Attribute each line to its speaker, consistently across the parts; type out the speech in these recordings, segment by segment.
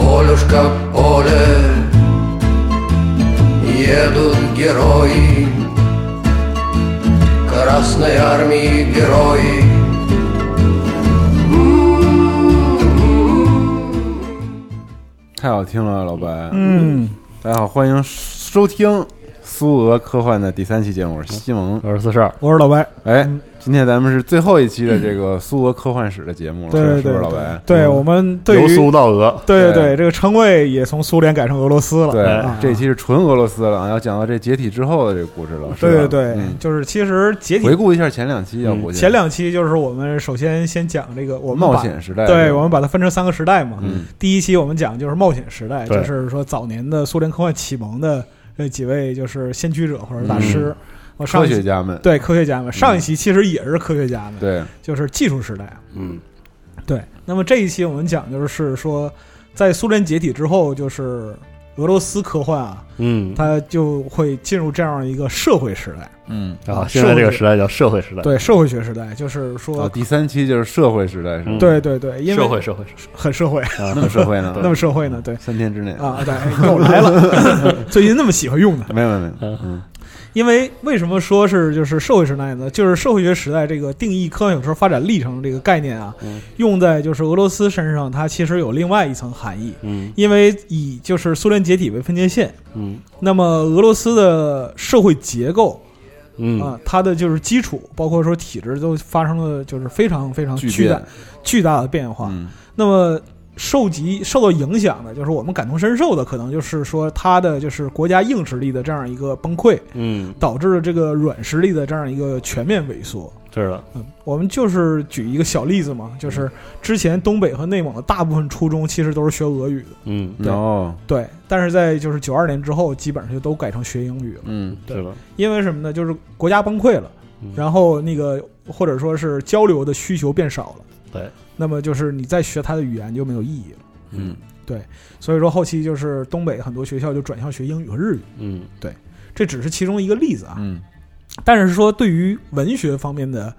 Speaker 1: только поле Едут герои Красной армии герои
Speaker 2: 太好听了，老白。
Speaker 3: 嗯，
Speaker 2: 大家好，欢迎收听苏俄科幻的第三期节目，我是西蒙。
Speaker 4: 我是四十二，
Speaker 3: 我是老白。
Speaker 2: 哎，今天咱们是最后一期的这个苏俄科幻史的节目了，
Speaker 3: 对
Speaker 2: 是是
Speaker 3: 对
Speaker 2: 不
Speaker 3: 对
Speaker 2: 是，老白？嗯
Speaker 3: 对我们对
Speaker 4: 由
Speaker 3: 于
Speaker 4: 苏到俄，
Speaker 3: 对对
Speaker 2: 对
Speaker 3: 对，这个称谓也从苏联改成俄罗斯了。
Speaker 2: 对
Speaker 3: 啊，
Speaker 2: 这一期是纯俄罗斯了，啊，要讲到这解体之后的这个故事了，是吧
Speaker 3: 对对对
Speaker 2: 嗯，
Speaker 3: 就是其实解体嗯
Speaker 2: 回顾一下前两期，要不
Speaker 3: 前两期就是我们首先先讲这个我们
Speaker 2: 冒
Speaker 3: 把
Speaker 2: 险时代，
Speaker 3: 对，我们把它分成三个时代嘛。
Speaker 2: 嗯
Speaker 3: 第一期我们讲就是冒险时代，
Speaker 4: 对
Speaker 3: 就是说早年的苏联科幻启蒙的呃几位就是先驱者或者大师，我
Speaker 2: 嗯
Speaker 3: 上
Speaker 2: 科
Speaker 3: 一期
Speaker 2: 学家们，
Speaker 3: 对科学家们，上一期其实也是科学家们，
Speaker 2: 对，
Speaker 3: 就是技术时代。啊
Speaker 1: 嗯，
Speaker 3: 对，那么这一期我们讲就是说，在苏联解体之后，就是俄罗斯科幻啊，
Speaker 4: 嗯
Speaker 3: 它就会进入这样一个社会时代，
Speaker 2: 嗯，
Speaker 4: 啊，现在这个时代叫社会时代，
Speaker 3: 对社会学时代，就是
Speaker 2: 啊，
Speaker 3: 说，
Speaker 2: 第三期就是社会时代，是吗
Speaker 4: 嗯？
Speaker 3: 对对对，因为
Speaker 4: 社会社会社
Speaker 3: 很社会，
Speaker 4: 会啊
Speaker 2: 那么社会呢？
Speaker 3: 那么社会呢， 对
Speaker 2: 三天之内，
Speaker 3: 啊，对，又来了，最近那么喜欢用呢，
Speaker 2: 没有没有没有
Speaker 4: 嗯，
Speaker 2: 嗯
Speaker 3: 因为为什么说是就是社会时代呢？就是社会学时代这个定义科幻小说发展历程这个概念啊，
Speaker 4: 嗯
Speaker 3: 用在就是俄罗斯身上，它其实有另外一层含义，
Speaker 4: 嗯
Speaker 3: 因为以就是苏联解体为分界线。
Speaker 4: 嗯
Speaker 3: 那么俄罗斯的社会结构
Speaker 4: 嗯
Speaker 3: 啊，它的就是基础，包括说体制，都发生了就是非常非常
Speaker 2: 巨
Speaker 3: 巨大
Speaker 2: 变
Speaker 3: 巨大的变化。
Speaker 2: 嗯
Speaker 3: 那么受及受到影响的，就是我们感同身受的，可能就是说它的就是国家硬实力的这样一个崩溃，
Speaker 4: 嗯，
Speaker 3: 导致了这个软实力的这样一个全面萎缩。
Speaker 4: 是的，
Speaker 3: 嗯，我们就是举一个小例子
Speaker 2: 嗯
Speaker 3: 嘛，就是之前东北和内蒙的大部分初中其实都是学俄语的，
Speaker 4: 嗯
Speaker 3: 对
Speaker 2: 哦，
Speaker 3: 对，但是在就是九二年之后，基本上就都改成学英语了。
Speaker 2: 嗯
Speaker 4: 是的，
Speaker 3: 因为什么呢？就是国家崩溃了，
Speaker 4: 嗯
Speaker 3: 然后那个或者说是交流的需求变少了，
Speaker 4: 对，
Speaker 3: 那么就是你再学他的语言就没有意义了。
Speaker 2: 嗯
Speaker 3: 所以说后期就是东北很多学校就转向学英语和日语，
Speaker 4: 嗯
Speaker 3: 这只是其中一个例子啊。
Speaker 2: 嗯，
Speaker 3: 但是说对于文学方面的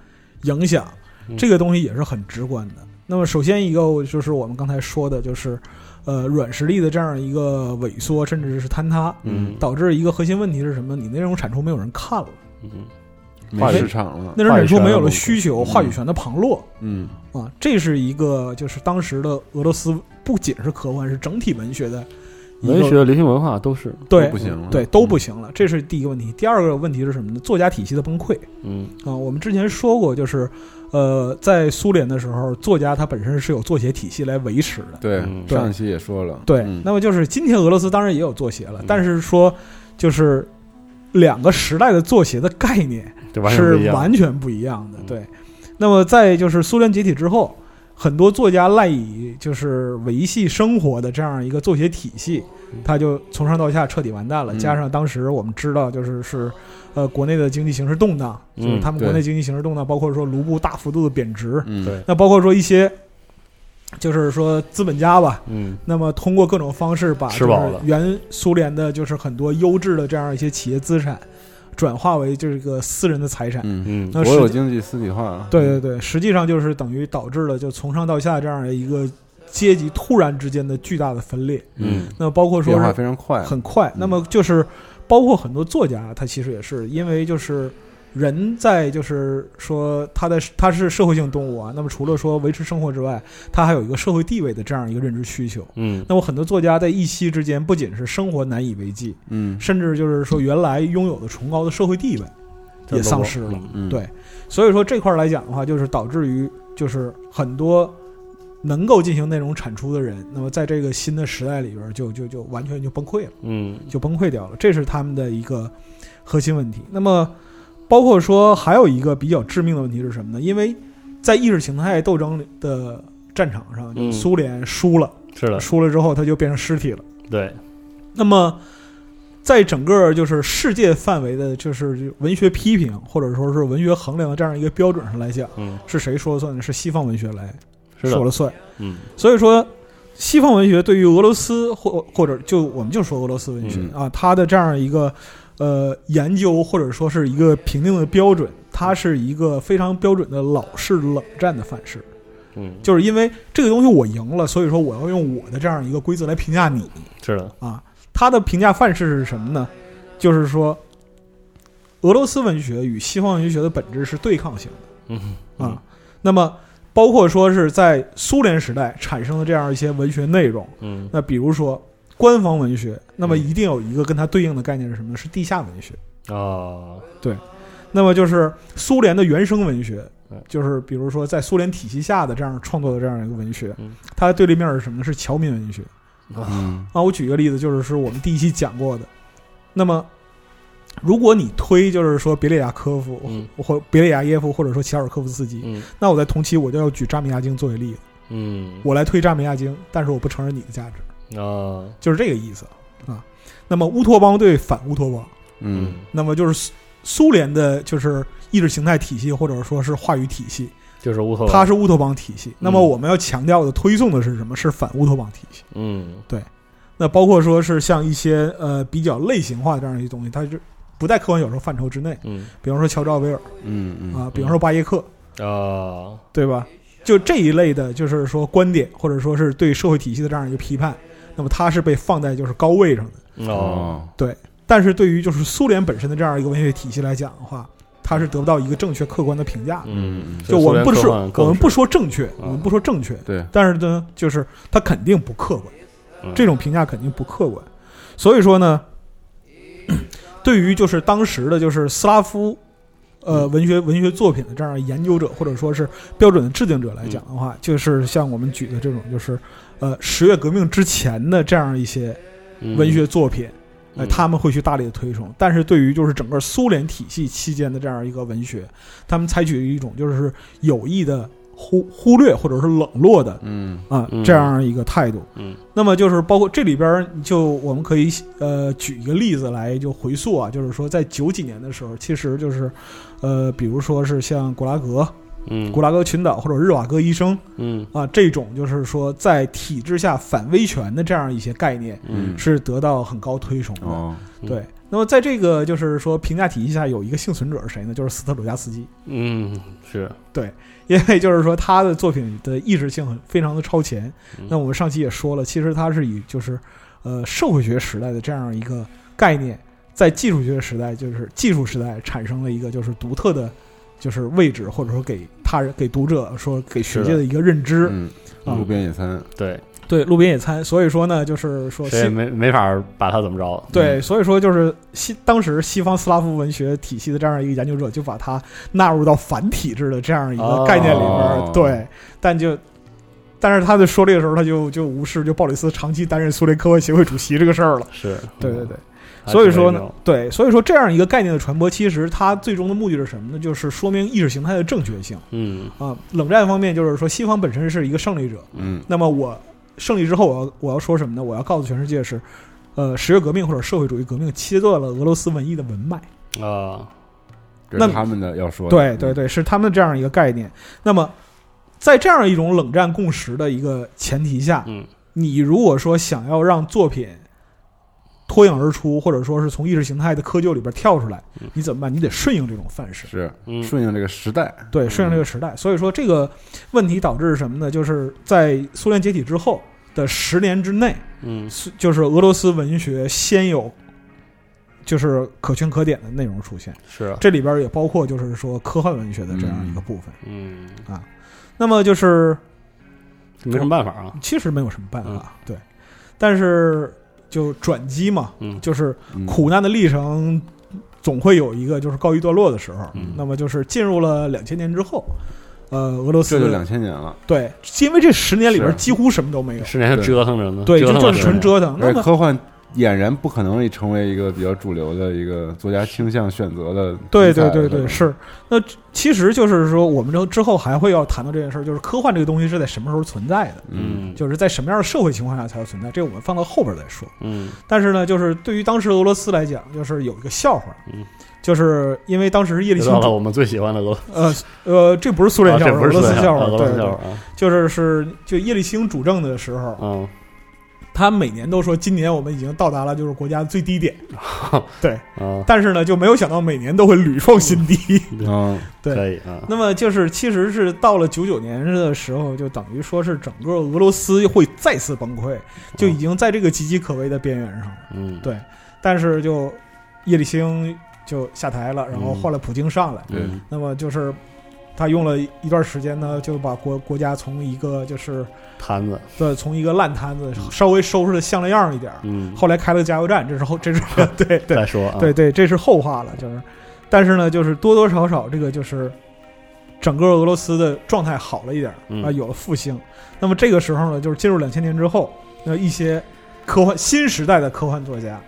Speaker 3: 影响，
Speaker 4: 嗯
Speaker 3: 这个东西也是很直观的。那么首先一个就是我们刚才说的，就是呃软实力的这样一个萎缩，甚至是坍塌，
Speaker 4: 嗯
Speaker 3: 导致一个核心问题是什么？你内容产出没有人看了。
Speaker 4: 嗯
Speaker 2: 没市场了，
Speaker 3: 内容产出没有
Speaker 4: 话语权的
Speaker 3: 了需求，
Speaker 2: 嗯
Speaker 3: 话语权的旁落
Speaker 2: 嗯
Speaker 3: 啊，这是一个就是当时的俄罗斯不仅是科幻，是整体文学的一个
Speaker 4: 文学、流行文化都是，
Speaker 2: 都
Speaker 3: 对
Speaker 2: 不行了，
Speaker 3: 对都
Speaker 4: 嗯
Speaker 3: 不行了，这是第一个问题。第二个问题是什么呢？作家体系的崩溃
Speaker 4: 嗯
Speaker 3: 啊，我们之前说过，就是呃，在苏联的时候，作家他本身是有作协体系来维持的。
Speaker 2: 对，
Speaker 4: 嗯
Speaker 2: 上期也说了，
Speaker 3: 对，
Speaker 2: 嗯
Speaker 3: 那么就是今天俄罗斯当然也有作协了
Speaker 4: 嗯，
Speaker 3: 但是说就是两个时代的作协的概念
Speaker 4: 对，完全不一
Speaker 3: 是
Speaker 4: 样
Speaker 3: 完全不一样的
Speaker 4: 嗯。
Speaker 3: 对，那么在就是苏联解体之后，很多作家赖以就是维系生活的这样一个作协体系
Speaker 4: 嗯，
Speaker 3: 它就从上到下彻底完蛋了。
Speaker 2: 嗯
Speaker 3: 加上当时我们知道，就是是呃国内的经济形势动荡，
Speaker 4: 嗯
Speaker 3: 就是他们国
Speaker 2: 对
Speaker 3: 内经济形势动荡，包括说卢布大幅度的贬值，
Speaker 2: 嗯
Speaker 4: 对，
Speaker 3: 那包括说一些就是说资本家吧。
Speaker 4: 嗯
Speaker 3: 那么通过各种方式把
Speaker 4: 吃饱
Speaker 3: 就是
Speaker 4: 了
Speaker 3: 原苏联的就是很多优质的这样一些企业资产，转化为这个私人的财产。
Speaker 2: 嗯，
Speaker 4: 嗯
Speaker 3: 那
Speaker 2: 国有
Speaker 3: 实际
Speaker 2: 经济私体化，
Speaker 3: 对对对，实际上就是等于导致了就从上到下这样的一个阶级突然之间的巨大的分裂。
Speaker 4: 嗯
Speaker 3: 那包括说
Speaker 2: 变化
Speaker 3: 是
Speaker 2: 非常嗯快，
Speaker 3: 很快，那么就是包括很多作家，他其实也是因为就是。人在就是说，他的他是社会性动物啊。那么除了说维持生活之外，他还有一个社会地位的这样一个认知需求。
Speaker 4: 嗯
Speaker 3: 那么很多作家在一夕之间，不仅是生活难以为继，
Speaker 2: 嗯
Speaker 3: 甚至就是说原来拥有的崇高的社会地位也丧失了。
Speaker 2: 嗯，
Speaker 3: 对所以说这块儿来讲的话，就是导致于就是很多能够进行内容产出的人，那么在这个新的时代里边儿就，就就完全就崩溃了，
Speaker 4: 嗯
Speaker 3: 就崩溃掉了。这是他们的一个核心问题。那么，包括说还有一个比较致命的问题是什么呢？因为在意识形态斗争的战场上，就
Speaker 4: 嗯
Speaker 3: 苏联输了，
Speaker 4: 是的，
Speaker 3: 输了之后它就变成尸体了。
Speaker 4: 对，
Speaker 3: 那么，在整个就是世界范围的，就是文学批评或者说是文学衡量的这样一个标准上来讲，
Speaker 4: 嗯
Speaker 3: 是谁说了算呢？是西方文学来
Speaker 4: 是
Speaker 3: 说
Speaker 4: 的
Speaker 3: 了，算。
Speaker 4: 嗯
Speaker 3: 所以说，西方文学对于俄罗斯或或者就我们就说俄罗斯文学、
Speaker 4: 嗯
Speaker 3: 啊，它的这样一个呃研究或者说是一个评定的标准，它是一个非常标准的老式冷战的范式。
Speaker 4: 嗯，
Speaker 3: 就是因为这个东西我赢了，所以说我要用我的这样一个规则来评价你
Speaker 4: 是的，
Speaker 3: 啊。他的评价范式是什么呢？就是说，俄罗斯文学与西方文学的本质是对抗性
Speaker 4: 嗯
Speaker 3: 的啊。那么，包括说是在苏联时代产生的这样一些文学内容，
Speaker 4: 嗯
Speaker 3: 那比如说官方文学，那么
Speaker 4: 嗯
Speaker 3: 一定有一个跟它对应的概念是什么呢？是地下文学。
Speaker 4: 啊，
Speaker 3: 那么就是苏联的原生文学
Speaker 4: 嗯，
Speaker 3: 就是比如说在苏联体系下的这样创作的这样一个文学
Speaker 4: 嗯，
Speaker 3: 它的对立面是什么呢？是侨民文学。
Speaker 2: 嗯
Speaker 3: 啊，我举个例子，就是是我们第一期讲过的。那么，如果你推就是说别列亚科夫、
Speaker 4: 嗯
Speaker 3: 或别列亚耶夫，或者说齐奥尔科夫斯基，
Speaker 4: 嗯
Speaker 3: 那我在同期我就要举扎米亚京作为例子，
Speaker 4: 嗯
Speaker 3: 我来推扎米亚京，但是我不承认你的价值，
Speaker 4: 啊，
Speaker 3: 就是这个意思啊。那么乌托邦对反乌托邦，
Speaker 2: 嗯，
Speaker 3: 那么就是苏苏联的就是意识形态体系，或者说是话语体系，
Speaker 4: 就是乌托邦，
Speaker 3: 它是乌托邦体系。那么
Speaker 4: 哦嗯
Speaker 3: 我们要强调的推送的是什么？是反乌托邦体系。
Speaker 4: 嗯
Speaker 3: 那包括说是像一些呃比较类型化的这样一些东西，它就不在科幻小说范畴之内，
Speaker 4: 嗯
Speaker 3: 比方说乔治奥威尔
Speaker 2: 嗯嗯
Speaker 3: 啊，比方说巴耶克，
Speaker 4: 啊，
Speaker 3: 对吧？就这一类的，就是说观点或者说是对社会体系的这样一个批判，那么它是被放在就是高位上的。
Speaker 4: 哦，，
Speaker 3: 但是对于就是苏联本身的这样一个文学体系来讲的话，它是得不到一个正确客观的评价的。
Speaker 4: 嗯，
Speaker 3: 就我们不
Speaker 4: 说
Speaker 3: 说，，我们不说正确，我们不说正确，
Speaker 2: 对，
Speaker 3: 但是呢，就是它肯定不客观。
Speaker 4: 嗯
Speaker 3: 这种评价肯定不客观。所以说呢，对于就是当时的就是斯拉夫呃文学文学作品的这样研究者或者说是标准的制定者来讲的话，就是像我们举的这种就是呃十月革命之前的这样一些文学作品。
Speaker 4: 嗯
Speaker 3: 呃，他们会去大力的推崇，但是对于就是整个苏联体系期间的这样一个文学，他们采取一种就是有意的忽忽略或者是冷落的
Speaker 2: 嗯
Speaker 3: 啊
Speaker 4: 嗯
Speaker 3: 这样一个态度。
Speaker 4: 嗯，
Speaker 3: 那么就是包括这里边儿，就我们可以呃举一个例子来就回溯啊，就是说在九几年的时候，其实就是呃，比如说是像古拉格、
Speaker 4: 嗯
Speaker 3: 古拉格群岛或者日瓦戈医生
Speaker 4: 嗯
Speaker 3: 啊这种，就是说在体制下反威权的这样一些概念，
Speaker 4: 嗯
Speaker 3: 是得到很高推崇的。
Speaker 2: 哦，
Speaker 4: 嗯
Speaker 3: 对，那么在这个就是说评价体系下，有一个幸存者是谁呢？就是斯特鲁加斯基。
Speaker 4: 嗯是
Speaker 3: 因为就是说他的作品的意识性很非常的超前
Speaker 4: 嗯。
Speaker 3: 那我们上期也说了，其实他是以就是呃社会学时代的这样一个概念，在技术学时代就是技术时代产生了一个就是独特的就是位置，或者说给他人给读者说给学界的一个认知。
Speaker 2: 嗯，
Speaker 3: 啊
Speaker 2: 路边野餐，
Speaker 4: 对，
Speaker 3: 对，路边野餐。所以说呢，就是说
Speaker 4: 谁也
Speaker 3: 西
Speaker 4: 没没法把他怎么着，
Speaker 2: 嗯
Speaker 3: 对，所以说就是西当时西方斯拉夫文学体系的这样一个研究者，就把它纳入到反体制的这样一个概念里边儿。
Speaker 2: 哦
Speaker 3: 对，但就但是他在说这个时候，他就就无视就鲍里斯长期担任苏联科幻协会主席这个事儿了。
Speaker 4: 嗯是，
Speaker 2: 嗯
Speaker 4: 嗯
Speaker 3: 对对对，
Speaker 4: 还
Speaker 3: 所以
Speaker 4: 挺
Speaker 3: 说
Speaker 4: 那
Speaker 3: 呢
Speaker 4: 种，，
Speaker 3: 对，所以说这样一个概念的传播，其实它最终的目的是什么呢？就是说明意识形态的正确性
Speaker 4: 嗯
Speaker 3: 啊。冷战方面就是说，西方本身是一个胜利者，
Speaker 2: 嗯
Speaker 3: 那么我胜利之后，我要我要说什么呢？我要告诉全世界是，呃，十月革命或者社会主义革命切断了俄罗斯文艺的文脉。
Speaker 4: 啊，
Speaker 2: 这
Speaker 3: 那
Speaker 2: 是他们的要说的，嗯
Speaker 3: 对对对，是他们这样一个概念。那么，在这样一种冷战共识的一个前提下，
Speaker 4: 嗯
Speaker 3: 你如果说想要让作品脱颖而出，或者说是从意识形态的窠臼里边跳出来
Speaker 4: 嗯，
Speaker 3: 你怎么办？你得顺应这种范式，
Speaker 2: 是
Speaker 4: 嗯
Speaker 2: 顺应这个时代，
Speaker 3: 对，顺应这个时代。所以说，这个问题导致是什么呢？就是在苏联解体之后的十年之内，
Speaker 4: 嗯
Speaker 3: 苏就是俄罗斯文学先有就是可圈可点的内容出现，
Speaker 4: 是，啊
Speaker 3: 这里边也包括就是说科幻文学的这样一个部分。
Speaker 4: 嗯
Speaker 3: 那么就是
Speaker 4: 没什么办法啊，
Speaker 3: 其实没有什么办法，对，但是就转机嘛，
Speaker 4: 嗯
Speaker 3: 就是
Speaker 2: 嗯
Speaker 3: 苦难的历程总会有一个就是告一段落的时候。
Speaker 4: 嗯
Speaker 3: 那么就是进入了两千年之后，呃，俄罗斯
Speaker 2: 这就两千年了，
Speaker 3: 对，因为这十年里边
Speaker 4: 是
Speaker 3: 几乎什么都没有，
Speaker 4: 十年
Speaker 2: 对
Speaker 4: 折腾着呢，
Speaker 3: 对，
Speaker 4: 折
Speaker 3: 就
Speaker 4: 腾
Speaker 3: 就
Speaker 4: 了
Speaker 3: 是
Speaker 4: 十
Speaker 3: 纯
Speaker 4: 年
Speaker 3: 折腾。那
Speaker 2: 而
Speaker 3: 么
Speaker 2: 且科幻俨然不可能成为一个比较主流的一个作家倾向选择的题材
Speaker 3: 对
Speaker 2: 了，
Speaker 3: 对对对，是。那其实就是说，我们之之后还会要谈到这件事儿，就是科幻这个东西是在什么时候存在的，
Speaker 2: 嗯，
Speaker 4: 嗯
Speaker 3: 就是在什么样的社会情况下才要存在，这个我们放到后边再说。
Speaker 4: 嗯
Speaker 3: 但是呢，就是对于当时俄罗斯来讲，就是有一个笑话，
Speaker 4: 嗯
Speaker 3: 就是因为当时是叶利
Speaker 4: 得
Speaker 3: 钦
Speaker 4: 到了
Speaker 3: 主，
Speaker 4: 我们最喜欢的俄罗斯
Speaker 3: 呃呃，这不是苏联
Speaker 4: 啊
Speaker 3: 笑话，
Speaker 4: 这不
Speaker 3: 俄
Speaker 4: 是
Speaker 3: 罗斯
Speaker 4: 笑
Speaker 3: 话，对
Speaker 4: 俄罗斯
Speaker 3: 对
Speaker 4: 笑
Speaker 3: 对，
Speaker 4: 话啊，
Speaker 3: 就是是就叶利钦主政的时候，
Speaker 4: 嗯
Speaker 3: 他每年都说今年我们已经到达了就是国家最低 点，对，
Speaker 4: 啊，
Speaker 3: 但是呢就没有想到每年都会屡创新低。
Speaker 2: 嗯，
Speaker 3: 对
Speaker 4: 可以啊，
Speaker 3: 那么就是其实是到了九九年的时候，就等于说是整个俄罗斯会再次崩溃，就已经在这个岌岌可危的边缘上了。
Speaker 4: 嗯，
Speaker 3: 对但是就叶利钦就下台了，然后
Speaker 4: 嗯
Speaker 3: 换了普京上来。
Speaker 2: 对
Speaker 4: 嗯
Speaker 3: 那么就是他用了一段时间呢，就把国国家从一个就是
Speaker 4: 摊子，
Speaker 3: 对从一个烂摊子稍微收拾的像了样儿一点儿。
Speaker 4: 嗯，
Speaker 3: 后来开了个加油站，这是后这是 对对
Speaker 4: 再说啊，
Speaker 3: 对对，这是后话了，就是，但是呢，就是多多少少这个就是整个俄罗斯的状态好了一点儿
Speaker 4: 嗯
Speaker 3: 啊，有了复兴。那么这个时候呢，就是进入两千年之后，那一些科幻新时代的科幻作家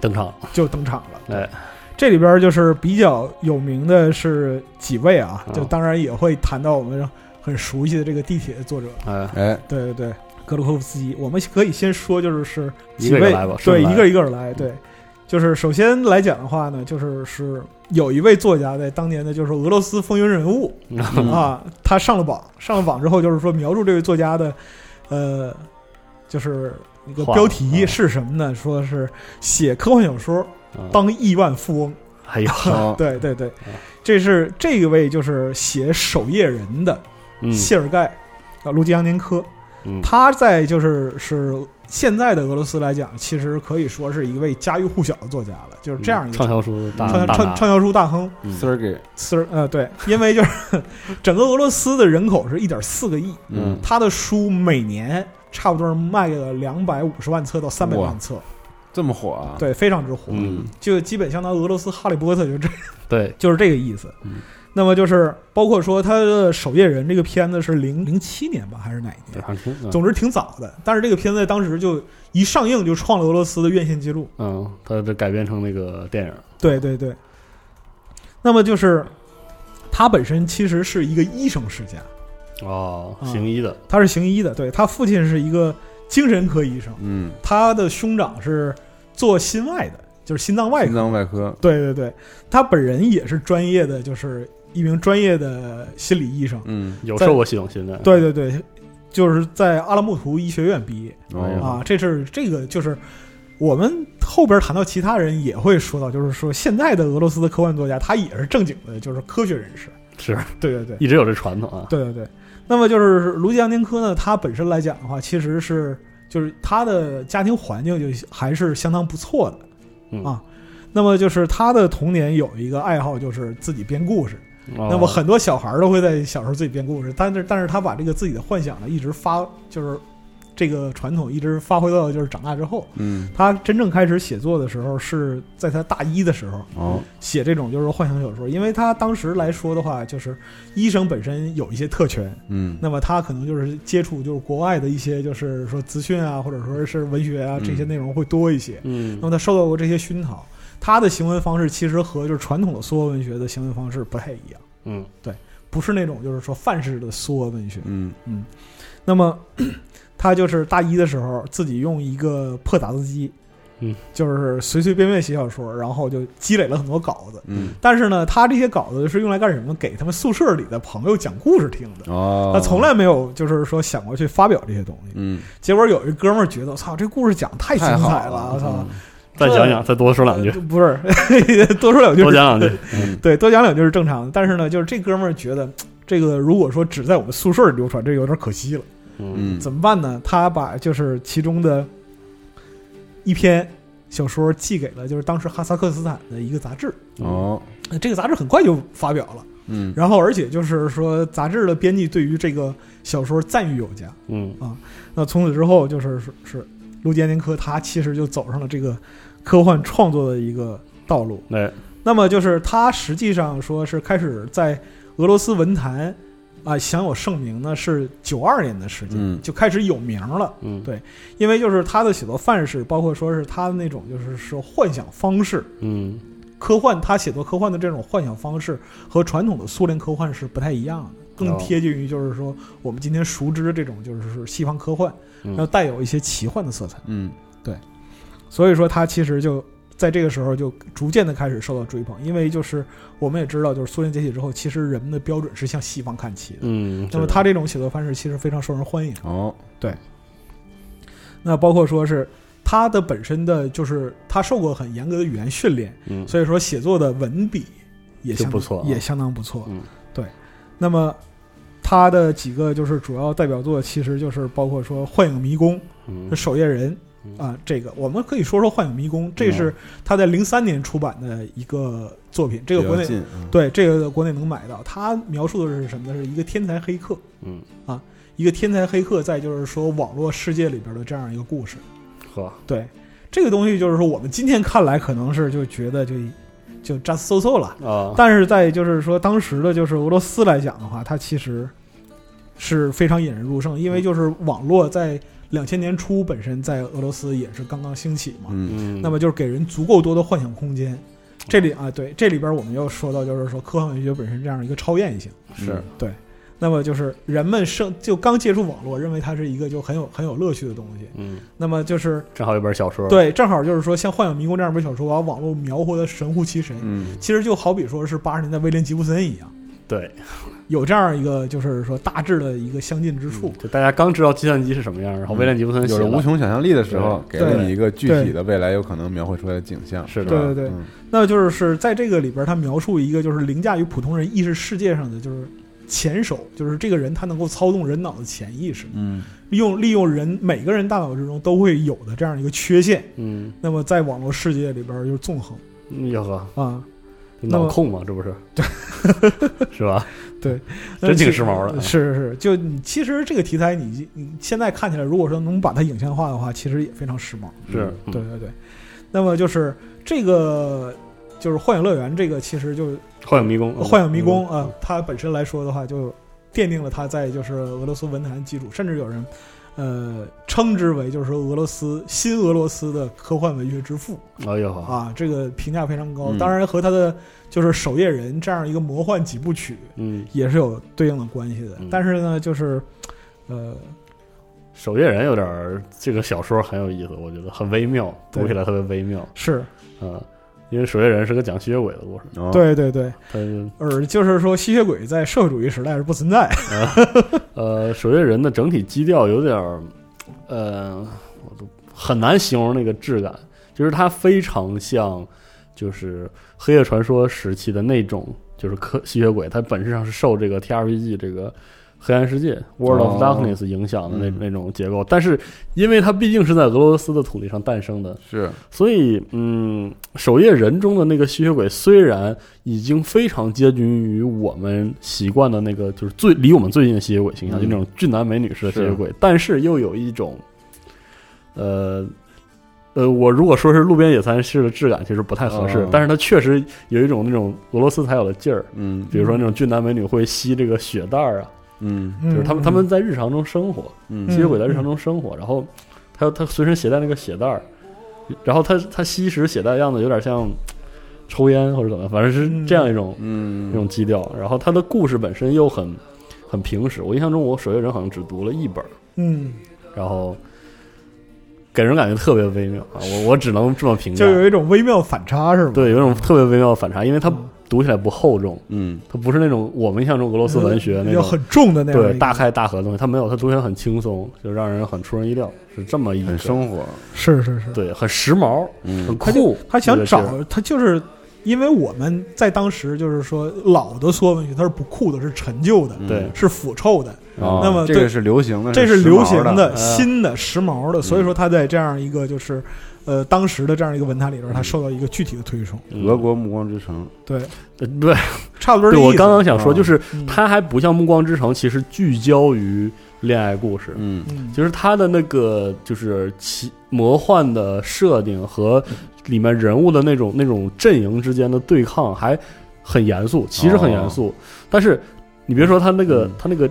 Speaker 4: 登场，
Speaker 3: 就登场了。
Speaker 4: 哎，
Speaker 3: 这里边儿就是比较有名的是几位啊，就
Speaker 4: 啊
Speaker 3: 当然也会谈到我们很熟悉的这个地铁的作者，
Speaker 4: 哎，
Speaker 2: 哎，
Speaker 3: 对对对，格鲁科夫斯基。我们可以先说，就是是
Speaker 4: 一
Speaker 3: 几
Speaker 4: 个一个
Speaker 3: 位
Speaker 4: 来吧
Speaker 3: 对，
Speaker 4: 顺着来
Speaker 3: 一个一个来，对。就是首先来讲的话呢，就是是有一位作家在当年的就是俄罗斯风云人物、
Speaker 2: 嗯
Speaker 3: 啊，他上了榜，上了榜之后就是说描述这位作家的，呃，就是一个
Speaker 4: 话
Speaker 3: 标题
Speaker 4: 啊
Speaker 3: 是什么呢？说是写科幻小说
Speaker 4: 啊
Speaker 3: 当亿万富翁，
Speaker 4: 哎呦，
Speaker 2: 哦，
Speaker 3: 对对对，
Speaker 4: 嗯
Speaker 3: 这是这一位就是写《守夜人》的
Speaker 4: 嗯
Speaker 3: 谢尔盖啊卢基扬年科，
Speaker 4: 嗯，
Speaker 3: 他在就是是现在的俄罗斯来讲，其实可以说是一位家喻户晓的作家了，就是这样一个
Speaker 4: 畅销书大
Speaker 3: 畅
Speaker 4: 嗯大
Speaker 3: 畅畅销书大亨。
Speaker 4: 嗯
Speaker 2: 丝儿给，
Speaker 3: 是呃对，因为就是整个俄罗斯的人口是一点四个亿，
Speaker 2: 嗯，
Speaker 3: 他的书每年差不多卖了两百五十万册到三百
Speaker 2: 哇
Speaker 3: 万册，
Speaker 2: 这么火啊？，
Speaker 3: 对，非常之火，
Speaker 4: 嗯，
Speaker 3: 就基本相当于俄罗斯《哈利波特》就这
Speaker 4: 对，
Speaker 3: 就是这个意思。
Speaker 4: 嗯
Speaker 3: 那么就是包括说他的《守夜人》这个片子是零零七年吧，还是哪一年？
Speaker 4: 好像听，嗯
Speaker 3: 总之挺早的，但是这个片子在当时就一上映就创了俄罗斯的院线记录。
Speaker 4: 嗯，他这改编成那个电影，
Speaker 3: 对对对。那么就是他本身其实是一个医生世家，
Speaker 4: 哦，
Speaker 3: 啊
Speaker 4: 行医的，
Speaker 3: 他是行医的，对他父亲是一个精神科医生，
Speaker 2: 嗯，
Speaker 3: 他的兄长是做心外的，就是心脏外
Speaker 2: 心
Speaker 3: 科。
Speaker 2: 脏外科，
Speaker 3: 对对对，他本人也是专业的，就是一名专业的心理医生。
Speaker 2: 嗯，
Speaker 4: 有
Speaker 3: 在
Speaker 4: 受过系统训练，
Speaker 3: 对对对，就是在阿拉木图医学院毕业。
Speaker 2: 哦，
Speaker 3: 啊，这是这个就是我们后边谈到其他人也会说到，就是说现在的俄罗斯的科幻作家，他也是正经的，就是科学人士。
Speaker 4: 是
Speaker 3: 对对对，
Speaker 4: 一直有这传统啊，
Speaker 3: 对对对。那么就是卢吉扬年科呢，他本身来讲的话，其实是就是他的家庭环境就还是相当不错的。
Speaker 4: 嗯
Speaker 3: 啊那么就是他的童年有一个爱好，就是自己编故事。那
Speaker 4: 那
Speaker 3: 么很多小孩儿都会在小时候自己编故事，但是但是他把这个自己的幻想呢，一直发就是这个传统一直发挥到就是长大之后。
Speaker 2: 嗯，
Speaker 3: 他真正开始写作的时候是在他大一的时候
Speaker 2: 哦，
Speaker 3: 写这种就是幻想小说，因为他当时来说的话，就是医生本身有一些特权，
Speaker 2: 嗯，
Speaker 3: 那么他可能就是接触就是国外的一些就是说资讯啊，或者说是文学啊
Speaker 2: 嗯
Speaker 3: 这些内容会多一些，
Speaker 4: 嗯
Speaker 3: 那么他受到过这些熏陶，他的行文方式其实和就是传统的梭文学的行文方式不太一样，
Speaker 4: 嗯
Speaker 3: 不是那种就是说范式的梭文学，
Speaker 2: 嗯，
Speaker 3: 那么 他就是大一的时候自己用一个破打字机，
Speaker 4: 嗯，
Speaker 3: 就是随随便便写小说，然后就积累了很多稿子。
Speaker 2: 嗯，
Speaker 3: 但是呢，他这些稿子是用来干什么？给他们宿舍里的朋友讲故事听的。
Speaker 2: 哦，
Speaker 3: 他从，来没有就是说想过去发表这些东西。
Speaker 2: 嗯，
Speaker 3: 结果有一哥们儿觉得，我操，这故事讲得太精
Speaker 2: 太好
Speaker 3: 彩了，
Speaker 2: 了
Speaker 3: 我操！
Speaker 4: 再讲讲，再多嗯说两句，
Speaker 3: 呃不是 多说两句，
Speaker 4: 多讲两句，
Speaker 2: 嗯，
Speaker 3: 对，多讲两句是正常的。但是呢，就是这哥们儿觉得，这个如果说只在我们宿舍里流传，这有点可惜了。
Speaker 4: 嗯
Speaker 2: 嗯，
Speaker 3: 怎么办呢？他把就是其中的一篇小说寄给了就是当时哈萨克斯坦的一个杂志，
Speaker 4: 嗯
Speaker 2: 哦，
Speaker 3: 呃这个杂志很快就发表了，
Speaker 2: 嗯，
Speaker 3: 然后而且就是说杂志的编辑对于这个小说赞誉有加。
Speaker 4: 嗯
Speaker 3: 那从此之后就是是是卢杰年科他其实就走上了这个科幻创作的一个道路。
Speaker 4: 哎
Speaker 3: 那么就是他实际上说是开始在俄罗斯文坛啊享有盛名呢，是九二年的时间、
Speaker 2: 嗯
Speaker 3: 就开始有名了。
Speaker 4: 嗯
Speaker 3: 对因为就是他的写作范式，包括说是他的那种就是说幻想方式，
Speaker 4: 嗯
Speaker 3: 科幻他写作科幻的这种幻想方式和传统的苏联科幻是不太一样的，更
Speaker 4: 哦
Speaker 3: 贴近于就是说我们今天熟知这种就是说西方科幻，
Speaker 4: 嗯
Speaker 3: 然后带有一些奇幻的色彩。
Speaker 2: 嗯，
Speaker 3: 所以说他其实就在这个时候就逐渐的开始受到追捧，因为就是我们也知道，就是苏联解体之后，其实人们的标准是向西方看齐的。
Speaker 4: 嗯，
Speaker 3: 那么
Speaker 4: 是
Speaker 3: 他这种写作方式其实非常受人欢迎。
Speaker 2: 哦，
Speaker 3: 那包括说是他的本身的就是他受过很严格的语言训练，
Speaker 4: 嗯，
Speaker 3: 所以说写作的文笔也
Speaker 4: 就
Speaker 3: 相
Speaker 4: 不错啊
Speaker 3: 也相当不错。
Speaker 4: 嗯
Speaker 3: 对，那么他的几个就是主要代表作，其实就是包括说《幻影迷宫》
Speaker 4: 嗯
Speaker 3: 《守夜人》
Speaker 4: 嗯
Speaker 3: 啊，这个我们可以说说《幻影迷宫》，这是他在零三年出版的一个作品，这个
Speaker 2: 比
Speaker 3: 国
Speaker 2: 较
Speaker 3: 内
Speaker 2: 近，嗯
Speaker 3: 对这个国内能买到。他描述的是什么呢？是一个天才黑客，
Speaker 4: 嗯，
Speaker 3: 一个天才黑客在就是说网络世界里边的这样一个故事。
Speaker 4: 嗯呵，
Speaker 3: 对，这个东西就是说我们今天看来可能是就觉得就就 just so so 了，
Speaker 4: 啊，
Speaker 3: 但是在就是说当时的就是俄罗斯来讲的话，它其实是非常引人入胜，因为就是网络在两千年初本身在俄罗斯也是刚刚兴起嘛，
Speaker 2: 嗯，
Speaker 4: 嗯，
Speaker 3: 那么就是给人足够多的幻想空间。这里啊，对，这里边我们又说到就是说科幻文学本身这样一个超验性。
Speaker 2: 是
Speaker 3: 那么就是人们生就刚接触网络，认为它是一个就很有很有乐趣的东西。
Speaker 4: 嗯，
Speaker 3: 那么就是
Speaker 4: 正好有本小说，，
Speaker 3: 对，正好就是说像《幻影迷宫》这样一本小说，把网络描绘的神乎其神。
Speaker 2: 嗯
Speaker 3: 其实就好比说是八十年代威廉吉布森一样，
Speaker 4: 对
Speaker 3: 有这样一个就是说大致的一个相近之处。
Speaker 4: 嗯就大家刚知道计算机是什么样，
Speaker 3: 嗯
Speaker 4: 然后威廉吉布森写
Speaker 2: 有着
Speaker 4: 了
Speaker 2: 无穷想象力的时候，给
Speaker 4: 对
Speaker 2: 了你一个具
Speaker 3: 对
Speaker 2: 体的未来有可能描绘出来的景象，
Speaker 4: 是
Speaker 2: 吧
Speaker 4: 的
Speaker 3: 对对对
Speaker 2: 嗯
Speaker 3: 那么就是在这个里边，他描述一个就是凌驾于普通人意识世界上的就是前手，就是这个人他能够操纵人脑的潜意识，
Speaker 2: 嗯，
Speaker 3: 利用利用人每个人大脑之中都会有的这样一个缺陷。
Speaker 4: 嗯，
Speaker 3: 那么在网络世界里边就是纵横
Speaker 4: 哟呵，
Speaker 3: 啊，那么
Speaker 4: 脑控嘛，这不是， 是吧？
Speaker 3: 那
Speaker 4: 真挺
Speaker 3: 其
Speaker 4: 时髦的啊
Speaker 3: 是是 是，就你其实这个题材你你现在看起来，如果说能把它影像化的话，其实也非常时髦。
Speaker 4: 是，嗯
Speaker 3: 对对对，那么就是这个就是《幻影乐园》这个，其实就是
Speaker 4: 幻影迷宫，
Speaker 3: 《
Speaker 4: 嗯
Speaker 3: 幻影迷宫》啊、，它本身来说的话，就奠定了它在就是俄罗斯文坛基础，甚至有人呃称之为就是说俄罗斯新俄罗斯的科幻文学之父
Speaker 4: 嗯哎呦呵，
Speaker 3: 啊，这个评价非常高。
Speaker 2: 嗯
Speaker 3: 当然和他的就是《守夜人》这样一个魔幻几部曲
Speaker 4: 嗯，
Speaker 3: 也是有对应的关系的
Speaker 4: 嗯。
Speaker 3: 但是呢，就是呃，
Speaker 4: 守夜人有点儿这个小说很有意思，我觉得很微妙，
Speaker 3: 对
Speaker 4: 读起来特别微妙，
Speaker 3: 是
Speaker 4: 嗯，因为守夜人是个讲吸血鬼的故事，
Speaker 2: 哦，
Speaker 3: 对对对，
Speaker 4: 它是
Speaker 3: 而就是说吸血鬼在社会主义时代是不存在。
Speaker 4: 呃，守夜人的整体基调有点儿，呃，我都很难形容那个质感，就是它非常像，就是黑夜传说时期的那种，就是科吸血鬼，它本质上是受这个 T R P G 这个。黑暗世界 （World of
Speaker 2: 哦
Speaker 4: Darkness） 影响的那、
Speaker 2: 嗯
Speaker 4: 那种结构，但是因为它毕竟是在俄罗斯的土地上诞生的，
Speaker 2: 是
Speaker 4: 所以，嗯，守夜人中的那个吸血鬼虽然已经非常接近于我们习惯的那个，就是最离我们最近的吸血鬼形象，
Speaker 2: 嗯
Speaker 4: 就那种俊男美女式的吸血鬼，但是又有一种，呃，呃，我如果说是路边野餐式的质感，其实不太合适，
Speaker 2: 嗯
Speaker 4: 但是它确实有一种那种俄罗斯才有的劲儿。
Speaker 2: 嗯
Speaker 4: 比如说那种俊男美女会吸这个血袋儿啊，
Speaker 2: 嗯
Speaker 4: 就是他们他们
Speaker 3: 嗯
Speaker 4: 在日常中生活，
Speaker 2: 嗯
Speaker 4: 吸血鬼在日常中生活，然后他又他随身携带那个血袋儿，然后他他吸食血袋的样子有点像抽烟或者怎么样，反正是这样一种、
Speaker 2: 嗯
Speaker 4: 一种基调。然后他的故事本身又很很平实，我印象中我《守夜人》好像只读了一本儿，
Speaker 3: 嗯。
Speaker 4: 然后给人感觉特别微妙啊，我我只能这么评价
Speaker 3: 就，有一种微妙反差，是吗？
Speaker 4: 嗯对，有一种特别微妙的反差，因为它
Speaker 3: 嗯
Speaker 4: 读起来不厚重，
Speaker 2: 嗯
Speaker 4: 它不是那种我们印象中俄罗斯文学那
Speaker 3: 要
Speaker 4: 种
Speaker 3: 很重的那种
Speaker 4: 对大开大合的东西，它没有，它读起来很轻松，就让人很出人意料，是这么一个
Speaker 2: 很生活，
Speaker 3: 是是是，
Speaker 4: 对，很时髦，很
Speaker 2: 嗯
Speaker 3: 他就
Speaker 4: 酷。
Speaker 3: 他想
Speaker 4: 这个
Speaker 3: 找他就是因为我们在当时就是说老的梭文学它是不酷的，是陈旧的，
Speaker 2: 嗯
Speaker 4: 对
Speaker 3: 是腐臭的，
Speaker 2: 哦
Speaker 3: 那么
Speaker 2: 这
Speaker 3: 对
Speaker 2: 个是流行的，
Speaker 3: 这
Speaker 2: 是
Speaker 3: 是流行
Speaker 2: 时髦
Speaker 3: 的、
Speaker 2: 的，
Speaker 4: 嗯
Speaker 3: 新的、时髦的，所以说他在这样一个就是呃当时的这样一个文坛里边，他受到一个具体的推崇，
Speaker 4: 嗯
Speaker 2: 俄国暮光之城，
Speaker 3: 对，
Speaker 4: 呃对
Speaker 3: 差不多这
Speaker 4: 对，我
Speaker 3: 意思
Speaker 4: 刚刚想说，
Speaker 2: 啊
Speaker 4: 就是
Speaker 3: 嗯
Speaker 4: 它还不像《暮光之城》，其实聚焦于恋爱故事，
Speaker 2: 嗯
Speaker 3: 嗯
Speaker 4: 就是它的那个就是奇魔幻的设定和里面人物的那种那种阵营之间的对抗还很严肃，其实很严肃，但是你别说它那个
Speaker 2: 嗯
Speaker 4: 它那个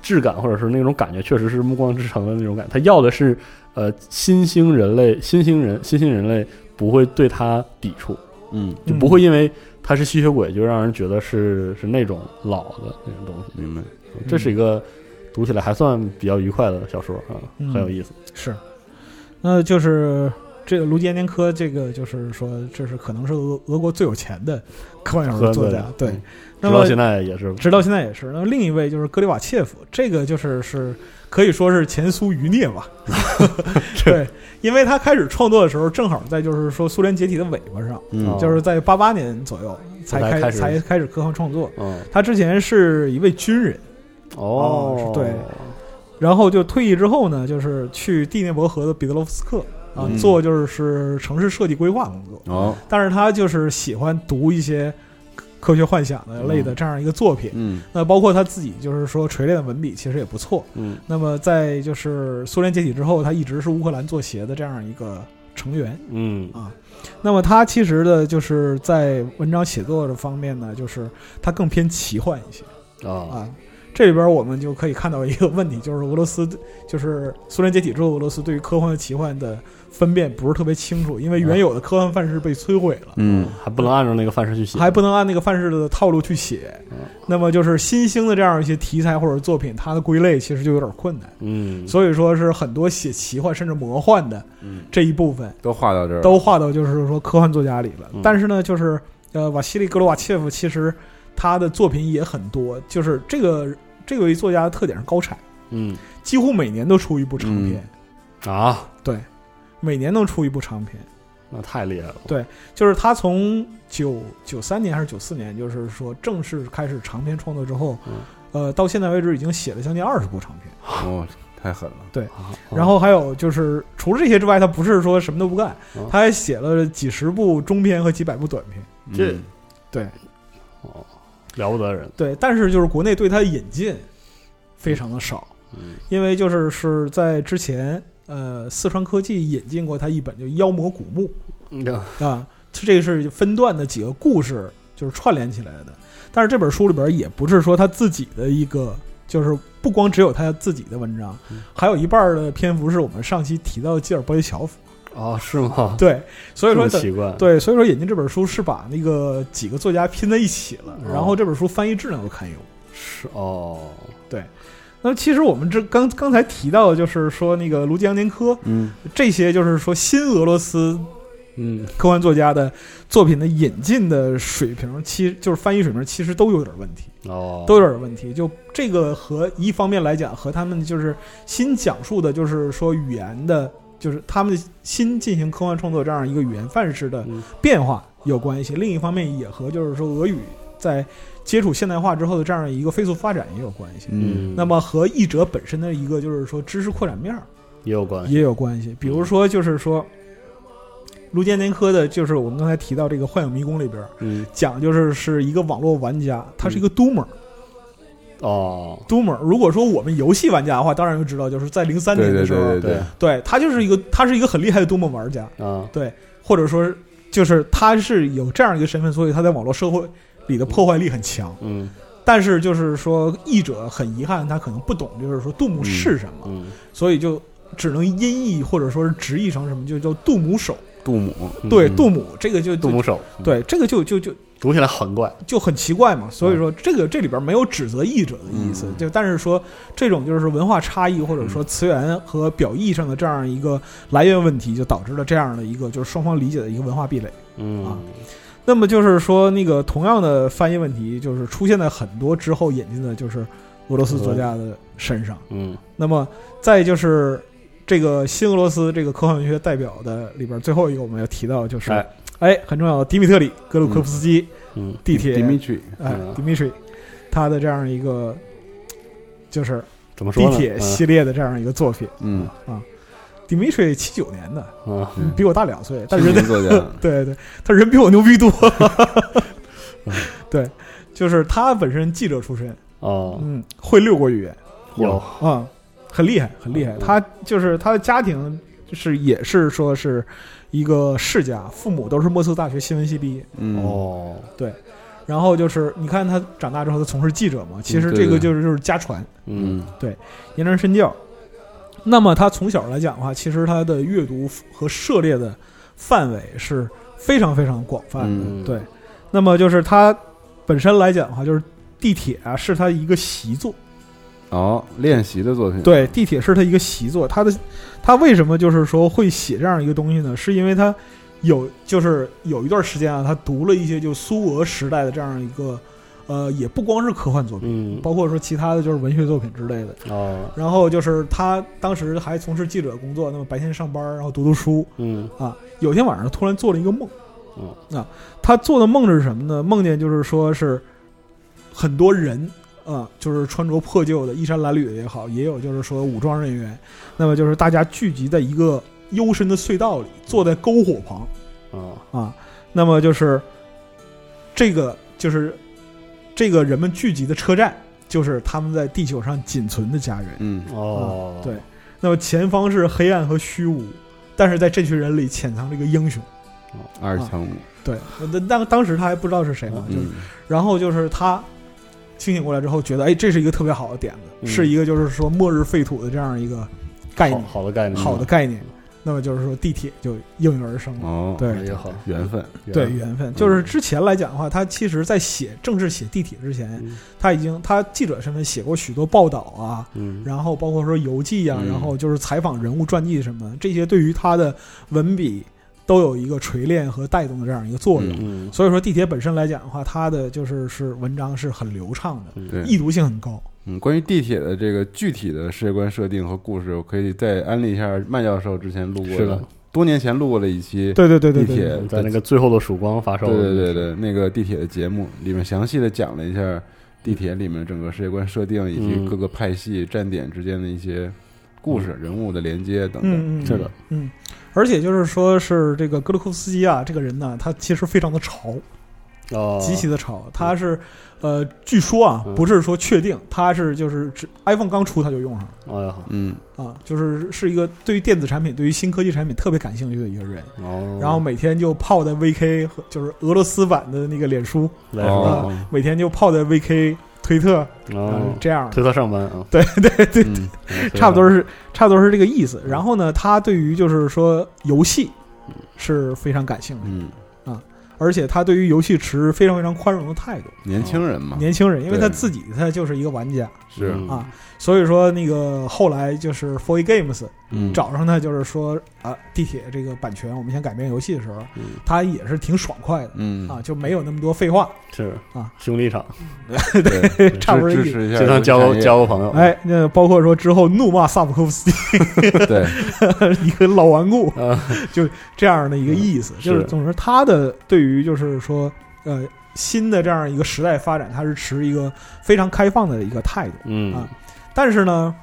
Speaker 4: 质感或者是那种感觉，确实是《暮光之城》的那种感觉，它要的是呃新兴人类、新兴人、新兴人类不会对它抵触。
Speaker 2: 嗯，
Speaker 4: 就不会因为他是吸血鬼就让人觉得是是那种老的那种东西。
Speaker 2: 明白，
Speaker 4: 这是一个读起来还算比较愉快的小说啊，
Speaker 3: 嗯
Speaker 4: 很有意思。
Speaker 3: 是，那就是这个卢吉安年科，这个就是说，这是可能是俄俄国最有钱的科幻小
Speaker 4: 科
Speaker 3: 说作
Speaker 4: 幻
Speaker 3: 家。对
Speaker 4: 嗯，
Speaker 3: 那
Speaker 4: 直到
Speaker 3: 么
Speaker 4: 现在也是
Speaker 3: 直到现在也是。那么另一位就是戈里瓦切夫，这个就是是可以说是前苏余孽 吧。对，因为他开始创作的时候，正好在就是说苏联解体的尾巴上，
Speaker 2: 嗯
Speaker 4: 哦
Speaker 3: 就是在八八年左右才
Speaker 4: 才
Speaker 3: 开
Speaker 4: 开始
Speaker 3: 才开始科幻创作。
Speaker 4: 嗯
Speaker 3: 他之前是一位军人，
Speaker 4: 哦
Speaker 3: 是对然后就退役之后呢，就是去第聂伯河的彼得罗夫斯克啊、
Speaker 2: 嗯
Speaker 3: 做就是是城市设计规划工作。
Speaker 2: 哦，
Speaker 3: 但是他就是喜欢读一些科科学幻想的类的这样一个作品。
Speaker 2: 嗯
Speaker 3: 那包括他自己就是说锤炼的文笔其实也不错。
Speaker 4: 嗯
Speaker 3: 那么在就是苏联解体之后，他一直是乌克兰作协的这样一个成员。啊
Speaker 4: 嗯
Speaker 3: 那么他其实的就是在文章写作的方面呢，就是他更偏奇幻一些
Speaker 4: 啊
Speaker 3: 啊。这里边我们就可以看到一个问题，就是俄罗斯就是苏联解体之后，俄罗斯对于科幻和奇幻的分辨不是特别清楚，因为原有的科幻范式被摧毁了。
Speaker 2: 嗯，
Speaker 4: 还不能按照那个范式去写，
Speaker 3: 还不能按那个范式的套路去写
Speaker 4: 嗯。
Speaker 3: 那么就是新兴的这样一些题材或者作品，它的归类其实就有点困难。
Speaker 4: 嗯，
Speaker 3: 所以说是很多写奇幻甚至魔幻的
Speaker 2: 嗯
Speaker 3: 这一部分
Speaker 2: 都画到这儿了，
Speaker 3: 都划到就是说科幻作家里了
Speaker 4: 嗯。
Speaker 3: 但是呢，就是呃，瓦西里格罗瓦切夫其实他的作品也很多，就是这个这位作家的特点是高产，
Speaker 4: 嗯
Speaker 3: 几乎每年都出一部长篇，
Speaker 4: 啊，
Speaker 3: 每年能出一部长篇。
Speaker 4: 那太厉害了，
Speaker 3: 就是他从九九三年还是九四年，就是说正式开始长篇创作之后，
Speaker 4: 嗯
Speaker 3: 呃，到现在为止已经写了将近二十部长篇。
Speaker 2: 哦，太狠了，
Speaker 4: 啊
Speaker 3: 然后还有就是除了这些之外，他不是说什么都不干
Speaker 4: 嗯，
Speaker 3: 他还写了几十部中篇和几百部短篇。
Speaker 4: 这
Speaker 2: 嗯
Speaker 4: 哦了不得人，
Speaker 3: 对，但是就是国内对他的引进非常的少，
Speaker 4: 嗯
Speaker 3: 因为就是是在之前，呃，四川科技引进过他一本就《妖魔古墓》。
Speaker 4: 嗯
Speaker 3: 啊，这个是分段的几个故事就是串联起来的。但是这本书里边也不是说他自己的一个，就是不光只有他自己的文章
Speaker 4: 嗯，
Speaker 3: 还有一半儿的篇幅是我们上期提到的基尔伯雷乔夫。
Speaker 4: 哦是吗？
Speaker 3: 对，所以说
Speaker 4: 这么
Speaker 3: 等
Speaker 4: 奇怪，
Speaker 3: 对，所以说引进这本书是把那个几个作家拼在一起了，
Speaker 4: 哦
Speaker 3: 然后这本书翻译质量都堪忧。
Speaker 4: 是哦，
Speaker 3: 那么其实我们这刚刚才提到的就是说那个卢吉扬年科
Speaker 2: 嗯
Speaker 3: 这些，就是说新俄罗斯
Speaker 4: 嗯
Speaker 3: 科幻作家的作品的引进的水平，其就是翻译水平，其实都有点问题，
Speaker 4: 哦
Speaker 3: 都有点问题。就这个和一方面来讲，和他们就是新讲述的，就是说语言的，就是他们新进行科幻创作这样一个语言范式的
Speaker 4: 嗯
Speaker 3: 变化有关系。另一方面，也和就是说俄语在接触现代化之后的这样一个飞速发展也有关系。
Speaker 2: 嗯
Speaker 3: 那么和译者本身的一个就是说知识扩展面儿
Speaker 4: 也有
Speaker 2: 哎
Speaker 4: 关系，
Speaker 3: 也有关系。比如说，就是说，卢坚年科的，就是我们刚才提到这个《幻影迷宫》里边儿
Speaker 4: 嗯
Speaker 3: 讲，就是是一个网络玩家，他
Speaker 2: 嗯
Speaker 3: 是一个 doomer、
Speaker 4: 哦
Speaker 3: doomer。如果说我们游戏玩家的话，当然就知道，就是在零三
Speaker 2: 对
Speaker 3: 年的
Speaker 2: 对
Speaker 3: 时候，
Speaker 2: 对对，
Speaker 3: 对他就是一个他是一个很厉害的 doomer 玩家，
Speaker 4: 啊
Speaker 3: 或者说就是他是有这样一个身份，所以他在网络社会里的破坏力很强。
Speaker 4: 嗯
Speaker 3: 但是就是说，译者很遗憾，他可能不懂，就是说 doom 是什么，
Speaker 4: 嗯
Speaker 3: 所以就只能音译或者说是直译成什么，就叫杜姆手。
Speaker 2: 杜母，
Speaker 4: 嗯
Speaker 3: 对，
Speaker 2: 嗯
Speaker 3: 杜母这个就
Speaker 4: 杜
Speaker 3: 就
Speaker 4: 牧手，
Speaker 3: 对这个就就就
Speaker 4: 读起来很怪，
Speaker 3: 就很奇怪嘛。所以
Speaker 4: 嗯
Speaker 3: 说，这个这里边没有指责译者的意思
Speaker 2: 嗯，
Speaker 3: 就但是说这种就是文化差异或者说词源和表意上的这样一个来源问题，就导致了这样的一个就是双方理解的一个文化壁垒。啊
Speaker 4: 嗯
Speaker 3: 那么就是说，那个同样的翻译问题，就是出现在很多之后引进的，就是俄罗斯作家的身上。
Speaker 4: 嗯
Speaker 3: 那么再就是这个新俄罗斯这个科幻文学代表的里边，最后一个我们要提到就是，
Speaker 4: 哎
Speaker 3: 哎，很重要的迪米特里格鲁科夫斯基、
Speaker 4: 嗯
Speaker 3: 地铁
Speaker 2: 迪米曲，
Speaker 3: 哎
Speaker 4: 嗯
Speaker 3: Dimitri 他的这样一个就是
Speaker 4: 怎么说
Speaker 3: 地
Speaker 4: 呢？
Speaker 3: 铁系列的这样一个作品。
Speaker 2: 嗯，
Speaker 3: Dimitri 七九年的，
Speaker 4: 嗯啊
Speaker 2: 嗯
Speaker 3: 比我大两岁，但
Speaker 2: 知
Speaker 3: 人
Speaker 2: 名作家，
Speaker 4: 嗯
Speaker 3: 对对，他人比我牛逼 多了。
Speaker 4: 嗯
Speaker 3: 对，就是他本身记者出身，
Speaker 4: 哦
Speaker 3: 嗯，会六国语言
Speaker 4: 有
Speaker 3: 啊、很厉害，很厉害。
Speaker 4: 嗯
Speaker 3: 他就是他的家庭就是也是说是一个世家，父母都是莫斯科大学新闻系毕业。
Speaker 2: 嗯，
Speaker 4: 哦
Speaker 3: 然后就是你看他长大之后，他从事记者嘛，其实
Speaker 2: 嗯对
Speaker 3: 这个
Speaker 2: 对
Speaker 3: 就是就是家传
Speaker 4: 嗯
Speaker 2: 嗯
Speaker 3: 言传身教。那么他从小来讲的话，其实他的阅读和涉猎的范围是非常非常广泛的。
Speaker 2: 嗯
Speaker 3: 对，那么就是他本身来讲的话，就是地铁啊是他一个习作，
Speaker 2: 哦，练习的作品，，
Speaker 3: 对，地铁是他一个习作，他的他为什么就是说会写这样一个东西呢？是因为他有就是有一段时间啊，他读了一些就苏俄时代的这样一个呃，也不光是科幻作品，
Speaker 4: 嗯，
Speaker 3: 包括说其他的就是文学作品之类的。
Speaker 4: 哦，
Speaker 3: 然后就是他当时还从事记者工作，那么白天上班，然后读读书
Speaker 4: 嗯，
Speaker 3: 啊。有一天晚上突然做了一个梦，
Speaker 4: 哦，
Speaker 3: 啊，他做的梦是什么呢？梦见就是说是很多人啊，就是穿着破旧的，衣衫褴褛的也好，也有就是说武装人员，那么就是大家聚集在一个幽深的隧道里，坐在篝火旁，
Speaker 4: 哦，
Speaker 3: 啊，那么就是这个就是这个人们聚集的车站，就是他们在地球上仅存的家园。
Speaker 2: 嗯，
Speaker 4: 哦，
Speaker 3: 对那么前方是黑暗和虚无，但是在这群人里潜藏着一个英雄。
Speaker 2: 二强五，
Speaker 3: 对，那当当时他还不知道是谁嘛，就是
Speaker 2: 嗯，
Speaker 3: 然后就是他清醒过来之后，觉得哎，这是一个特别好的点子，
Speaker 4: 嗯
Speaker 3: 是一个就是说末日废土的这样一个概
Speaker 4: 好嗯
Speaker 3: 念，
Speaker 4: 好的概念，
Speaker 3: 好的概念。那么就是说地铁就应运而生了。
Speaker 2: 哦，，
Speaker 3: 对，
Speaker 4: 也好，
Speaker 2: 缘分，
Speaker 3: 对，缘分，就是之前来讲的话，他其实在写正式写地铁之前，
Speaker 4: 嗯
Speaker 3: 他已经他记者身份写过许多报道啊，
Speaker 4: 嗯，
Speaker 3: 然后包括说游记啊，
Speaker 2: 嗯
Speaker 3: 然后就是采访人物传记什么，这些对于他的文笔都有一个锤炼和带动的这样一个作用。
Speaker 4: 嗯，
Speaker 3: 所以说地铁本身来讲的话，它的就是是文章是很流畅的，
Speaker 4: 嗯，
Speaker 2: 对，
Speaker 3: 易读性很高。
Speaker 2: 嗯，关于地铁的这个具体的世界观设定和故事，我可以再安利一下麦教授之前录过
Speaker 4: 是的，
Speaker 2: 多年前录过的一期，
Speaker 3: 对对对对
Speaker 2: 地
Speaker 3: 对
Speaker 2: 铁，
Speaker 4: 嗯在那个最后的曙光发售，
Speaker 2: 对对对对，那个地铁的节目里面详细的讲了一下地铁里面整个世界观设定以
Speaker 4: 嗯
Speaker 2: 及各个派系、站点之间的一些故事、人物的连接等等。
Speaker 3: 嗯嗯，
Speaker 4: 是的，
Speaker 3: 嗯。而且就是说，是这个格鲁库斯基啊，这个人呢，他其实非常的潮，
Speaker 4: 哦，
Speaker 3: 极其的潮。他是，呃，据说啊
Speaker 4: 嗯，
Speaker 3: 不是说确定，他是就是只 iPhone 刚出他就用上了
Speaker 4: 哎呀，
Speaker 2: 嗯，
Speaker 3: 啊，就是是一个对于电子产品、对于新科技产品特别感兴趣的一个人。
Speaker 4: 哦，
Speaker 3: 然后每天就泡在 VK 和就是俄罗斯版的那个脸书，
Speaker 4: 来是吧
Speaker 2: 哦
Speaker 3: 每天就泡在 VK、推特啊
Speaker 4: 哦，
Speaker 3: 这样的。
Speaker 4: 推他上班啊，
Speaker 3: 对对 对，
Speaker 2: 嗯
Speaker 4: 嗯
Speaker 3: 差不多，是差不多是这个意思。然后呢，他对于就是说游戏是非常感兴趣，
Speaker 2: 嗯，
Speaker 3: 而且他对于游戏持非常非常宽容的态度。
Speaker 2: 年轻人嘛，
Speaker 3: 年轻人，因为他
Speaker 2: 啊对
Speaker 3: 自己他就是一个玩家，
Speaker 2: 是
Speaker 4: 嗯
Speaker 3: 啊，所以说那个后来就是 Four Games
Speaker 2: 嗯，
Speaker 3: 找上他，就是说啊，地铁这个版权，我们想改变游戏的时候，
Speaker 4: 嗯
Speaker 3: 他也是挺爽快的
Speaker 2: 嗯
Speaker 3: 啊，就没有那么多废话，
Speaker 4: 是
Speaker 3: 啊，
Speaker 4: 兄弟场，
Speaker 2: 对，
Speaker 3: 差不多
Speaker 2: 支
Speaker 3: 意
Speaker 2: 支
Speaker 3: 思。
Speaker 2: 持一下
Speaker 4: 经常交交个朋友，，
Speaker 3: 哎，那包括说之后怒骂萨姆科夫斯基
Speaker 2: 对，
Speaker 3: 一个老顽固，
Speaker 4: 啊，
Speaker 3: 这样的一个意思，
Speaker 4: 嗯
Speaker 3: 就是
Speaker 4: 是
Speaker 3: 总之他的对于就是说呃新的这样一个时代发展，他是持一个非常开放的一个态度。
Speaker 4: 嗯
Speaker 3: 啊但是呢，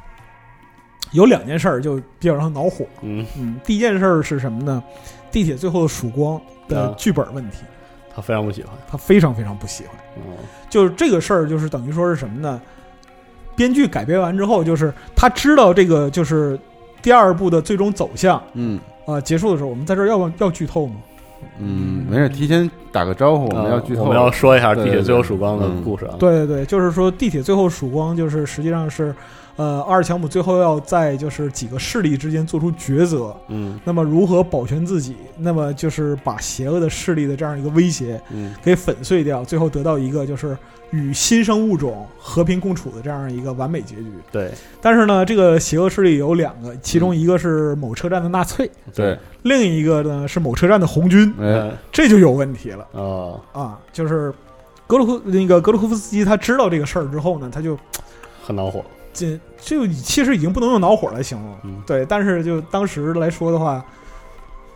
Speaker 3: 有两件事儿就比较让他恼火。
Speaker 4: 嗯，
Speaker 3: 嗯，第一件事儿是什么呢？地铁最后的曙光的
Speaker 4: 啊
Speaker 3: 剧本问题，
Speaker 4: 他非常不喜欢，
Speaker 3: 他非常非常不喜欢。
Speaker 2: 嗯
Speaker 4: 哦，
Speaker 3: 就是这个事儿，就是等于说是什么呢？编剧改编完之后，就是他知道这个就是第二部的最终走向啊、
Speaker 2: 嗯
Speaker 3: 结束的时候，我们在这儿要不要剧透吗？
Speaker 2: 嗯，没事，提前打个招呼，我们要剧透，
Speaker 4: 我们要说一下《地
Speaker 2: 对
Speaker 4: 铁
Speaker 2: 对
Speaker 4: 最后曙光》
Speaker 2: 嗯
Speaker 4: 的故事啊，，
Speaker 3: 对对对，就是说地铁最后曙光，就是实际上是，呃，阿尔强姆最后要在就是几个势力之间做出抉择。
Speaker 4: 嗯
Speaker 3: 那么如何保全自己？那么就是把邪恶的势力的这样一个威胁
Speaker 4: 嗯
Speaker 3: 给粉碎掉，最后得到一个就是与新生物种和平共处的这样一个完美结局。
Speaker 4: 对
Speaker 3: 但是呢，这个邪恶势力有两个，其中一个是某车站的纳粹，
Speaker 2: 对，，
Speaker 3: 另一个呢是某车站的红军，
Speaker 4: 呃
Speaker 2: 哎，
Speaker 3: 这就有问题了。
Speaker 4: 哦，
Speaker 3: 啊，就是格鲁库那个格鲁库夫斯基他知道这个事儿之后呢，他就
Speaker 4: 很恼火，
Speaker 3: 这就其实已经不能用恼火来形容了，
Speaker 4: 嗯
Speaker 3: 对，但是就当时来说的话，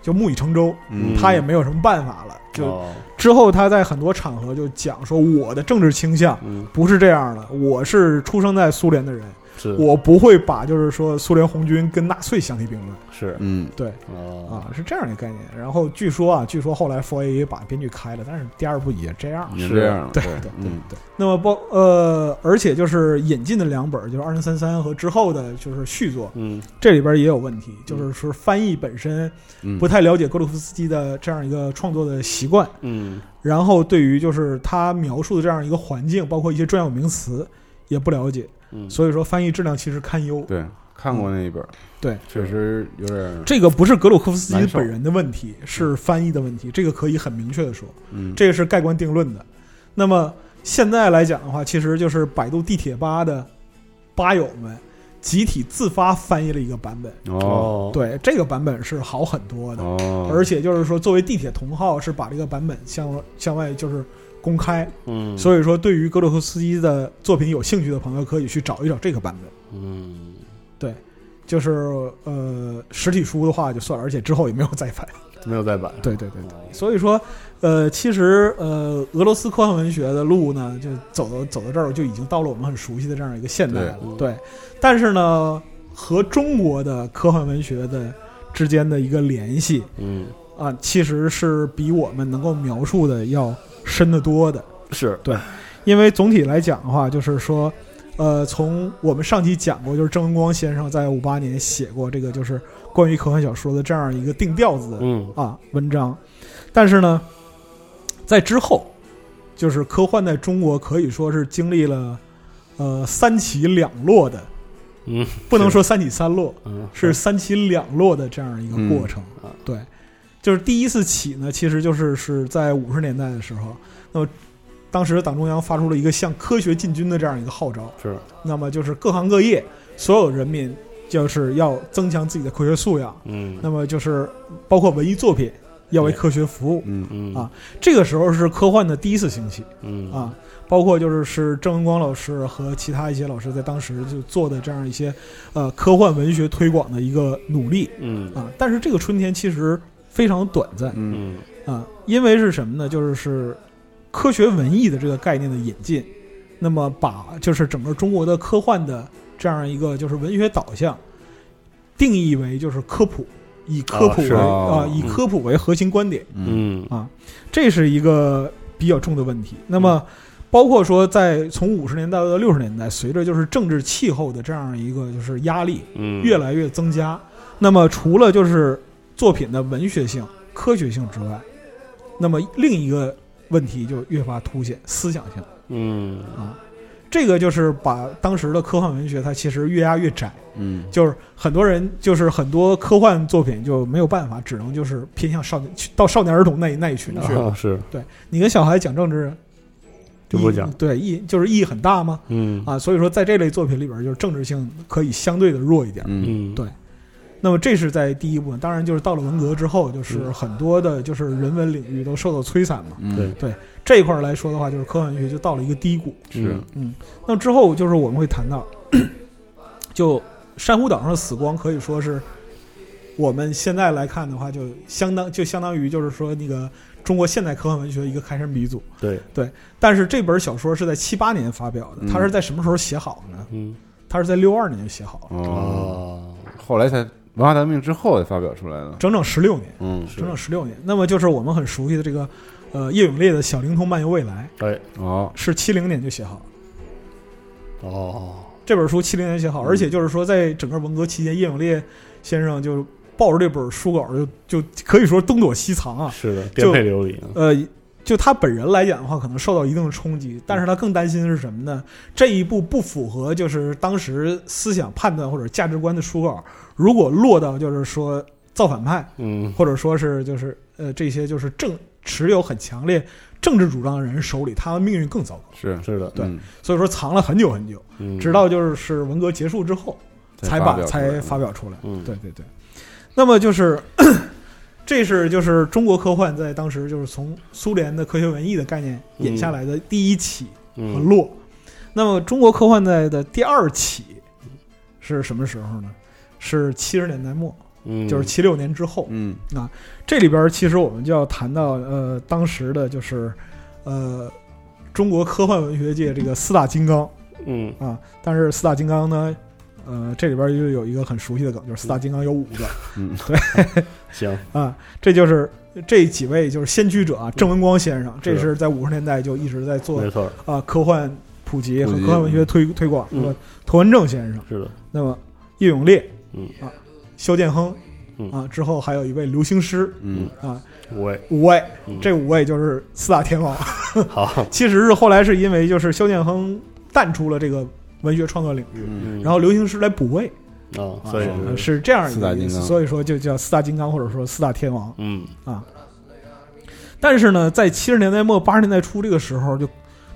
Speaker 3: 就木已成舟，
Speaker 2: 嗯，
Speaker 3: 他也没有什么办法了。就
Speaker 4: 哦
Speaker 3: 之后他在很多场合就讲说，我的政治倾向
Speaker 4: 嗯
Speaker 3: 不是这样的，我是出生在苏联的人，
Speaker 4: 是
Speaker 3: 我不会把就是说苏联红军跟纳粹相提并论
Speaker 4: 是
Speaker 2: 嗯，
Speaker 4: 哦
Speaker 3: 啊，是这样一个概念。然后据说啊，据说后来 f o A 也把编剧开了，但是第二部也这样。
Speaker 2: 也
Speaker 4: 是
Speaker 2: 这样，
Speaker 3: 对
Speaker 2: 对
Speaker 3: 对对
Speaker 2: 嗯，
Speaker 3: 对。那么包呃，而且就是引进的两本，就是二零三三和之后的，就是续作，
Speaker 4: 嗯
Speaker 3: 这里边也有问题，就是说翻译本身
Speaker 2: 嗯
Speaker 3: 不太了解格鲁夫斯基的这样一个创作的习惯，
Speaker 4: 嗯
Speaker 3: 然后对于就是他描述的这样一个环境，包括一些专有名词也不了解，
Speaker 4: 嗯，
Speaker 3: 所以说翻译质量其实堪忧。
Speaker 2: 对，看过那一本，
Speaker 3: 对，
Speaker 2: 确实有点，
Speaker 3: 这个不是格鲁科夫斯基
Speaker 2: 难受
Speaker 3: 本人的问题，是翻译的问题，这个可以很明确的说，
Speaker 2: 嗯，
Speaker 3: 这个是盖棺定论的。那么现在来讲的话，其实就是百度地铁吧的吧友们集体自发翻译了一个版本。
Speaker 2: 哦
Speaker 3: 对，这个版本是好很多的，
Speaker 2: 哦，
Speaker 3: 而且就是说，作为地铁同号是把这个版本向向外就是公开，
Speaker 4: 嗯，
Speaker 3: 所以说对于格鲁托斯基的作品有兴趣的朋友，可以去找一找这个版本。
Speaker 4: 嗯，
Speaker 3: 就是呃，实体书的话就算了，而且之后也没有再 版。
Speaker 4: 没有再版，
Speaker 3: 对对对
Speaker 4: 哦
Speaker 3: 所以说，呃，其实呃，俄罗斯科幻文学的路呢，就走到走到这儿，就已经到了我们很熟悉的这样一个现代了。
Speaker 4: 对
Speaker 3: 对，但是呢，和中国的科幻文学的呃之间的一个联系
Speaker 4: 嗯，
Speaker 3: 啊，其实是比我们能够描述的要深得多的。
Speaker 4: 是，
Speaker 3: 因为总体来讲的话，就是说，呃，从我们上期讲过，就是郑文光先生在五八年写过这个就是关于科幻小说的这样一个定调子的
Speaker 4: 嗯
Speaker 3: 啊文章，但是呢，在之后，就是科幻在中国可以说是经历了呃三起两落的，
Speaker 4: 嗯，
Speaker 3: 不能说三起三落，
Speaker 4: 嗯
Speaker 3: 是三起两落的这样一个过程。
Speaker 4: 嗯啊
Speaker 3: 对，就是第一次起呢，其实就是是在五十年代的时候，那么当时党中央发出了一个向科学进军的这样一个号召，
Speaker 4: 是，
Speaker 3: 那么就是各行各业所有人民就是要增强自己的科学素养。
Speaker 4: 嗯
Speaker 3: 那么就是包括文艺作品要为科学服务。
Speaker 2: 嗯
Speaker 4: 嗯
Speaker 3: 啊这个时候是科幻的第一次兴起
Speaker 4: 嗯
Speaker 3: 啊，包括就是是郑文光老师和其他一些老师在当时就做的这样一些呃科幻文学推广的一个努力
Speaker 4: 嗯
Speaker 3: 啊。但是这个春天其实非常短暂
Speaker 2: 嗯
Speaker 4: 嗯
Speaker 3: 啊，因为是什么呢？就是是科学文艺的这个概念的引进，那么把就是整个中国的科幻的这样一个就是文学导向定义为就是科普，以科普
Speaker 4: 啊
Speaker 3: 为
Speaker 4: 是
Speaker 3: 啊、
Speaker 2: 啊
Speaker 3: 以科普为核心观点，
Speaker 2: 嗯
Speaker 4: 嗯
Speaker 3: 这是一个比较重的问题。那么。包括说，在从五十年代到六十年代，随着就是政治气候的这样一个就是压力
Speaker 4: 嗯，
Speaker 3: 越来越增加，那么除了就是作品的文学性、科学性之外，那么另一个问题就越发凸显思想性。
Speaker 4: 嗯
Speaker 3: 这个就是把当时的科幻文学它其实越压越窄，
Speaker 2: 嗯
Speaker 3: 就是很多人就是很多科幻作品就没有办法，只能就是偏向少年去到少年儿童那一那一群去。
Speaker 4: 啊是，
Speaker 3: 你跟小孩讲政治，
Speaker 4: 就不讲
Speaker 3: 意义对意义就是意义很大吗？
Speaker 4: 嗯
Speaker 3: 啊，所以说在这类作品里边，就是政治性可以相对的弱一点。
Speaker 2: 嗯
Speaker 4: 嗯
Speaker 3: 对那么这是在第一部分，当然就是到了文革之后，就是
Speaker 4: 嗯
Speaker 3: 很多的就是人文领域都受到摧残嘛。
Speaker 2: 嗯
Speaker 4: 对
Speaker 3: 这一块儿来说的话，就是科幻文学就到了一个低谷。
Speaker 2: 是
Speaker 4: 嗯
Speaker 3: 那之后就是我们会谈到， 就珊瑚岛上的死光可以说是我们现在来看的话，就相当就相当于就是说那个中国现代科幻文学一个开山鼻祖。
Speaker 4: 对，
Speaker 3: 但是这本小说是在七八年发表的，
Speaker 2: 嗯
Speaker 3: 它是在什么时候写好的呢？
Speaker 4: 嗯
Speaker 3: 它是在六二年就写好了，
Speaker 2: 哦，
Speaker 4: 啊
Speaker 2: 后来才文化大革命之后才发表出来的。
Speaker 3: 整整十六年，
Speaker 2: 嗯
Speaker 4: 啊是
Speaker 3: 整整十六年。那么就是我们很熟悉的这个，呃，叶永烈的《小灵通漫游未来
Speaker 4: 哎》
Speaker 2: 哦，
Speaker 3: 是七零年就写好了。
Speaker 4: 哦
Speaker 3: 这本书七零年写好，而且就是说，在整个文革期间，叶永烈先生就抱着这本书稿就就可以说东躲西藏啊。
Speaker 4: 是的，颠
Speaker 3: 就
Speaker 4: 沛流离啊
Speaker 3: 呃，就他本人来讲的话，可能受到一定的冲击，但是他更担心的是什么呢？这一部不符合就是当时思想判断或者价值观的书稿，如果落到就是说造反派，
Speaker 4: 嗯
Speaker 3: 或者说是就是呃这些就是政持有很强烈政治主张的人手里，他们命运更糟糕。
Speaker 2: 是，
Speaker 4: 是的，
Speaker 3: 对
Speaker 2: 嗯，
Speaker 3: 所以说藏了很久很久。
Speaker 4: 嗯
Speaker 3: 直到就是文革结束之后，才把
Speaker 2: 表出来
Speaker 3: 才发。表出来。
Speaker 4: 嗯
Speaker 3: 对对对，那么就是 这是就是中国科幻在当时就是从苏联的科学文艺的概念引下来的第一起和
Speaker 4: 嗯
Speaker 3: 落。那么中国科幻在的第二起是什么时候呢？是七十年代末，
Speaker 4: 嗯
Speaker 3: 就是七六年之后。
Speaker 2: 嗯
Speaker 3: 这里边其实我们就要谈到呃当时的就是呃中国科幻文学界这个四大金刚。
Speaker 4: 嗯
Speaker 3: 啊，但是四大金刚呢，呃，这里边就有一个很熟悉的梗，
Speaker 4: 嗯
Speaker 3: 就是四大金刚有五个
Speaker 2: 嗯
Speaker 4: 行
Speaker 3: 啊，这就是这几位就是先驱者啊，郑文光先生，这是在五十年代就一直在做
Speaker 4: 没错儿
Speaker 3: 啊科幻普及和
Speaker 2: 普及
Speaker 3: 科幻文学推推广，
Speaker 4: 嗯
Speaker 3: 那么涂文正先生，
Speaker 4: 是的，
Speaker 3: 那么叶永烈，
Speaker 4: 嗯
Speaker 3: 啊，肖剑亨
Speaker 4: 嗯。
Speaker 3: 啊，之后还有一位刘星师
Speaker 2: 嗯
Speaker 3: 啊，
Speaker 4: 五位
Speaker 3: 五位
Speaker 4: 嗯，
Speaker 3: 这五位就是四大天王。
Speaker 4: 好，
Speaker 3: 其实是后来是因为就是肖剑亨淡出了这个文学创作领域，
Speaker 2: 嗯，
Speaker 3: 然后刘星师来补位，
Speaker 4: 啊，
Speaker 3: 啊
Speaker 4: 所以
Speaker 2: 嗯
Speaker 4: 是
Speaker 3: 是这样一
Speaker 2: 四大
Speaker 3: 个
Speaker 2: 金
Speaker 3: 意
Speaker 2: 刚
Speaker 3: 思，所以说就叫四大金刚或者说四大天王。
Speaker 4: 嗯
Speaker 3: 但是呢，在七十年代末八十年代初这个时候，就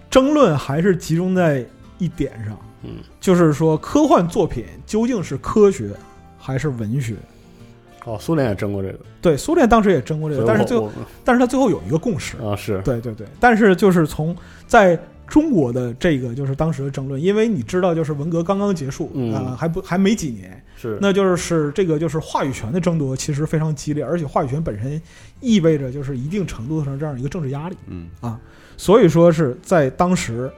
Speaker 3: 争论还是集中在一点上，
Speaker 4: 嗯，
Speaker 3: 就是说科幻作品究竟是科学还是文学？
Speaker 4: 哦，苏联也争过这个，
Speaker 3: 对，苏联当时也争过这个，
Speaker 4: 所
Speaker 3: 但
Speaker 4: 以
Speaker 3: 是
Speaker 4: 我
Speaker 3: 最后，但是他最后有一个共识，
Speaker 4: 我啊是
Speaker 3: 对对对，但是就是从在中国的这个就是当时的争论，因为你知道，就是文革刚刚结束，
Speaker 4: 嗯
Speaker 3: 啊、还不还没几年，
Speaker 4: 是
Speaker 3: 那就是这个就是话语权的争夺其实非常激烈，而且话语权本身意味着就是一定程度上这样一个政治压力，
Speaker 2: 嗯
Speaker 3: 所以说是在当时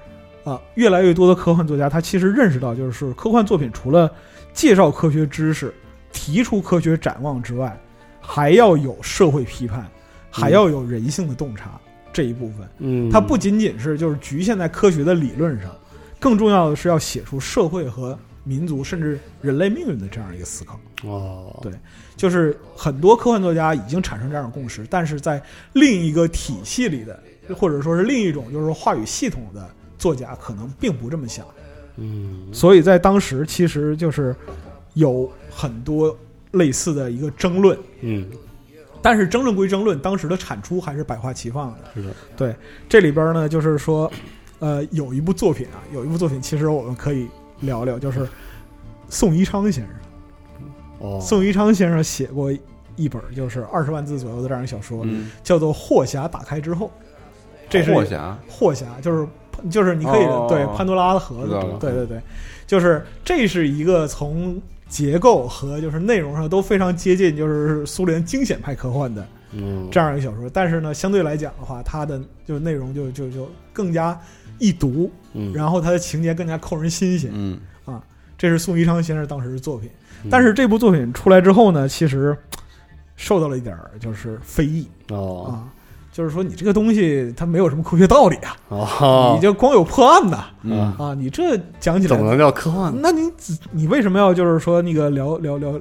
Speaker 3: 啊，越来越多的科幻作家他其实认识到，就是科幻作品除了介绍科学知识、提出科学展望之外，还要有社会批判，还要有人性的洞察这一部分。
Speaker 4: 嗯，
Speaker 3: 它不仅仅是就是局限在科学的理论上，更重要的是要写出社会和民族甚至人类命运的这样一个思考。
Speaker 4: 哦，
Speaker 3: 对就是很多科幻作家已经产生这样的共识，但是在另一个体系里的，或者说是另一种就是话语系统的作家，可能并不这么想。
Speaker 4: 嗯
Speaker 3: 所以在当时，其实就是有很多类似的一个争论，
Speaker 4: 嗯
Speaker 3: 但是争论归争论，当时的产出还是百花齐放的。
Speaker 4: 是的，
Speaker 3: 对，这里边呢，就是说，呃，有一部作品啊，有一部作品，其实我们可以聊聊，就是宋一昌先生。
Speaker 4: 哦，
Speaker 3: 宋一昌先生写过一本就是二十万字左右的这样一个小说，
Speaker 2: 嗯，哦
Speaker 3: 叫做《霍霞打开之后》，这是
Speaker 2: 霍霞，
Speaker 3: 霍霞，就是就是你可以、
Speaker 2: 哦
Speaker 3: 对潘多拉的盒
Speaker 2: 知道
Speaker 3: 子
Speaker 2: 了，
Speaker 3: 对对对，就是这是一个从结构和就是内容上都非常接近，就是苏联惊险派科幻的
Speaker 4: 嗯
Speaker 3: 这样一个小说，但是呢，相对来讲的话，它的就内容就就就更加易读，
Speaker 4: 嗯，
Speaker 3: 然后它的情节更加扣人心弦，
Speaker 2: 嗯
Speaker 3: 这是宋一昌先生当时的作品。
Speaker 4: 嗯
Speaker 3: 但是这部作品出来之后呢，其实受到了一点儿就是非议
Speaker 4: 哦
Speaker 3: 啊，就是说你这个东西它没有什么科学道理啊，
Speaker 4: 哦
Speaker 3: 你，就光有破案呐
Speaker 2: 嗯，
Speaker 3: 啊，你这讲起
Speaker 4: 怎么
Speaker 3: 来，
Speaker 4: 能叫科幻呢？
Speaker 3: 那你只你为什么要就是说那个聊聊聊，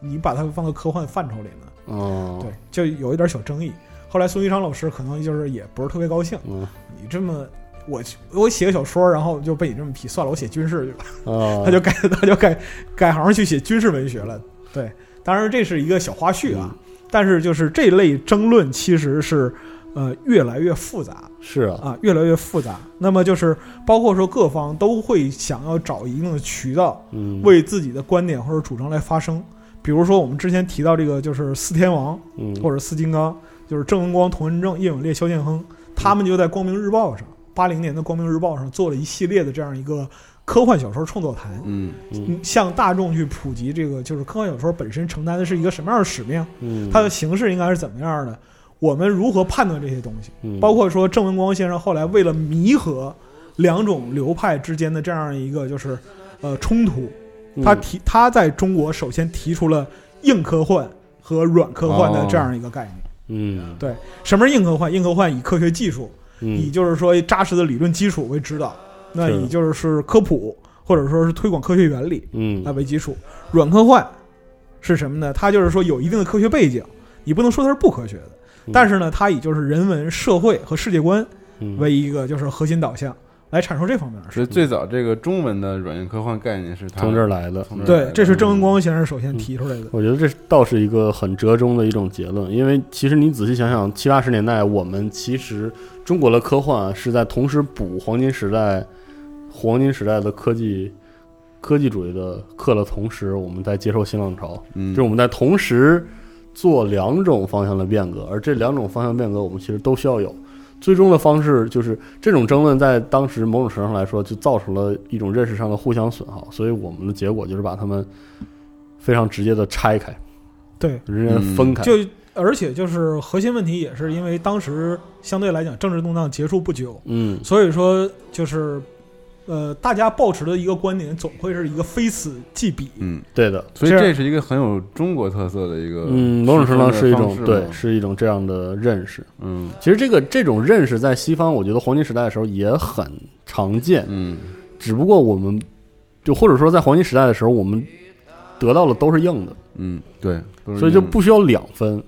Speaker 3: 你把它放到科幻范畴里呢？
Speaker 4: 哦，
Speaker 3: 对，就有一点小争议。后来孙一昌老师可能就是也不是特别高兴，
Speaker 4: 嗯
Speaker 3: 你这么我我写个小说，然后就被你这么批，算了，我写军事去吧。
Speaker 4: 哦，
Speaker 3: 他就改 他就改改行去写军事文学了。对，当然这是一个小花絮啊，
Speaker 4: 嗯
Speaker 3: 但是就是这类争论其实是呃越来越复杂
Speaker 4: 是啊，
Speaker 3: 啊，越来越复杂。那么就是包括说各方都会想要找一定的渠道
Speaker 4: 嗯，
Speaker 3: 为自己的观点或者主张来发声。比如说我们之前提到这个就是四天王
Speaker 4: 嗯
Speaker 3: 或者四金刚，就是郑文光、童文正、叶永烈、萧剑亨，他们就在《光明日报》上，八零年的《光明日报》上做了一系列的这样一个科幻小说创作坛。
Speaker 2: 嗯
Speaker 4: 嗯
Speaker 3: 嗯向大众去普及这个，就是科幻小说本身承担的是一个什么样的使命，
Speaker 4: 嗯，
Speaker 3: 它的形式应该是怎么样的，我们如何判断这些东西，
Speaker 4: 嗯
Speaker 3: 包括说郑文光先生后来为了弥合两种流派之间的这样一个就是呃冲突，他
Speaker 4: 嗯
Speaker 3: 提他在中国首先提出了硬科幻和软科幻
Speaker 4: 哦
Speaker 3: 的这样一个概念。
Speaker 4: 嗯
Speaker 3: 什么是硬科幻？硬科幻以科学技术，以
Speaker 4: 嗯
Speaker 3: 就是说扎实的理论基础为指导，那
Speaker 4: 是
Speaker 3: 以就是科普或者说是推广科学原理。啊
Speaker 4: 嗯
Speaker 3: 为基础。软科幻是什么呢？它就是说有一定的科学背景，你不能说它是不科学的
Speaker 4: 嗯，
Speaker 3: 但是呢，它以就是人文、社会和世界观
Speaker 4: 嗯
Speaker 3: 为一个就是核心导向来阐述这方面的事。
Speaker 2: 所以最早这个中文的软硬科幻概念是他
Speaker 4: 从这儿来的，嗯
Speaker 2: 从这儿来
Speaker 3: 对
Speaker 2: 的，
Speaker 3: 这是郑文光先生首先提出来的。
Speaker 4: 我觉得这倒是一个很折中的一种结论，因为其实你仔细想想，七八十年代我们其实中国的科幻啊是在同时补黄金时代、黄金时代的科技科技主义的课的同时，我们在接受新浪潮，
Speaker 2: 嗯，
Speaker 4: 就是我们在同时做两种方向的变革，而这两种方向变革我们其实都需要有。最终的方式就是这种争论，在当时某种程度上来说，就造成了一种认识上的互相损耗，所以我们的结果就是把它们非常直接的拆开，
Speaker 3: 对，
Speaker 4: 人家分开。
Speaker 3: 嗯就而且就是核心问题也是因为当时相对来讲政治动荡结束不久，
Speaker 4: 嗯
Speaker 3: 所以说就是。呃，大家抱持的一个观点，总会是一个非此即彼。
Speaker 2: 嗯，
Speaker 4: 对的，
Speaker 2: 所以
Speaker 3: 这样
Speaker 2: 这是一个很有中国特色的一个，
Speaker 4: 嗯，某种程度上是一种对，
Speaker 2: 呃是，
Speaker 4: 是一种这样的认识。
Speaker 2: 嗯
Speaker 4: 其实这个这种认识在西方，我觉得黄金时代的时候也很常见，
Speaker 2: 嗯
Speaker 4: 只不过我们就或者说在黄金时代的时候，我们得到的都是硬的，
Speaker 2: 嗯，对，都是
Speaker 4: 所以就
Speaker 2: 那种
Speaker 4: 不需要两分。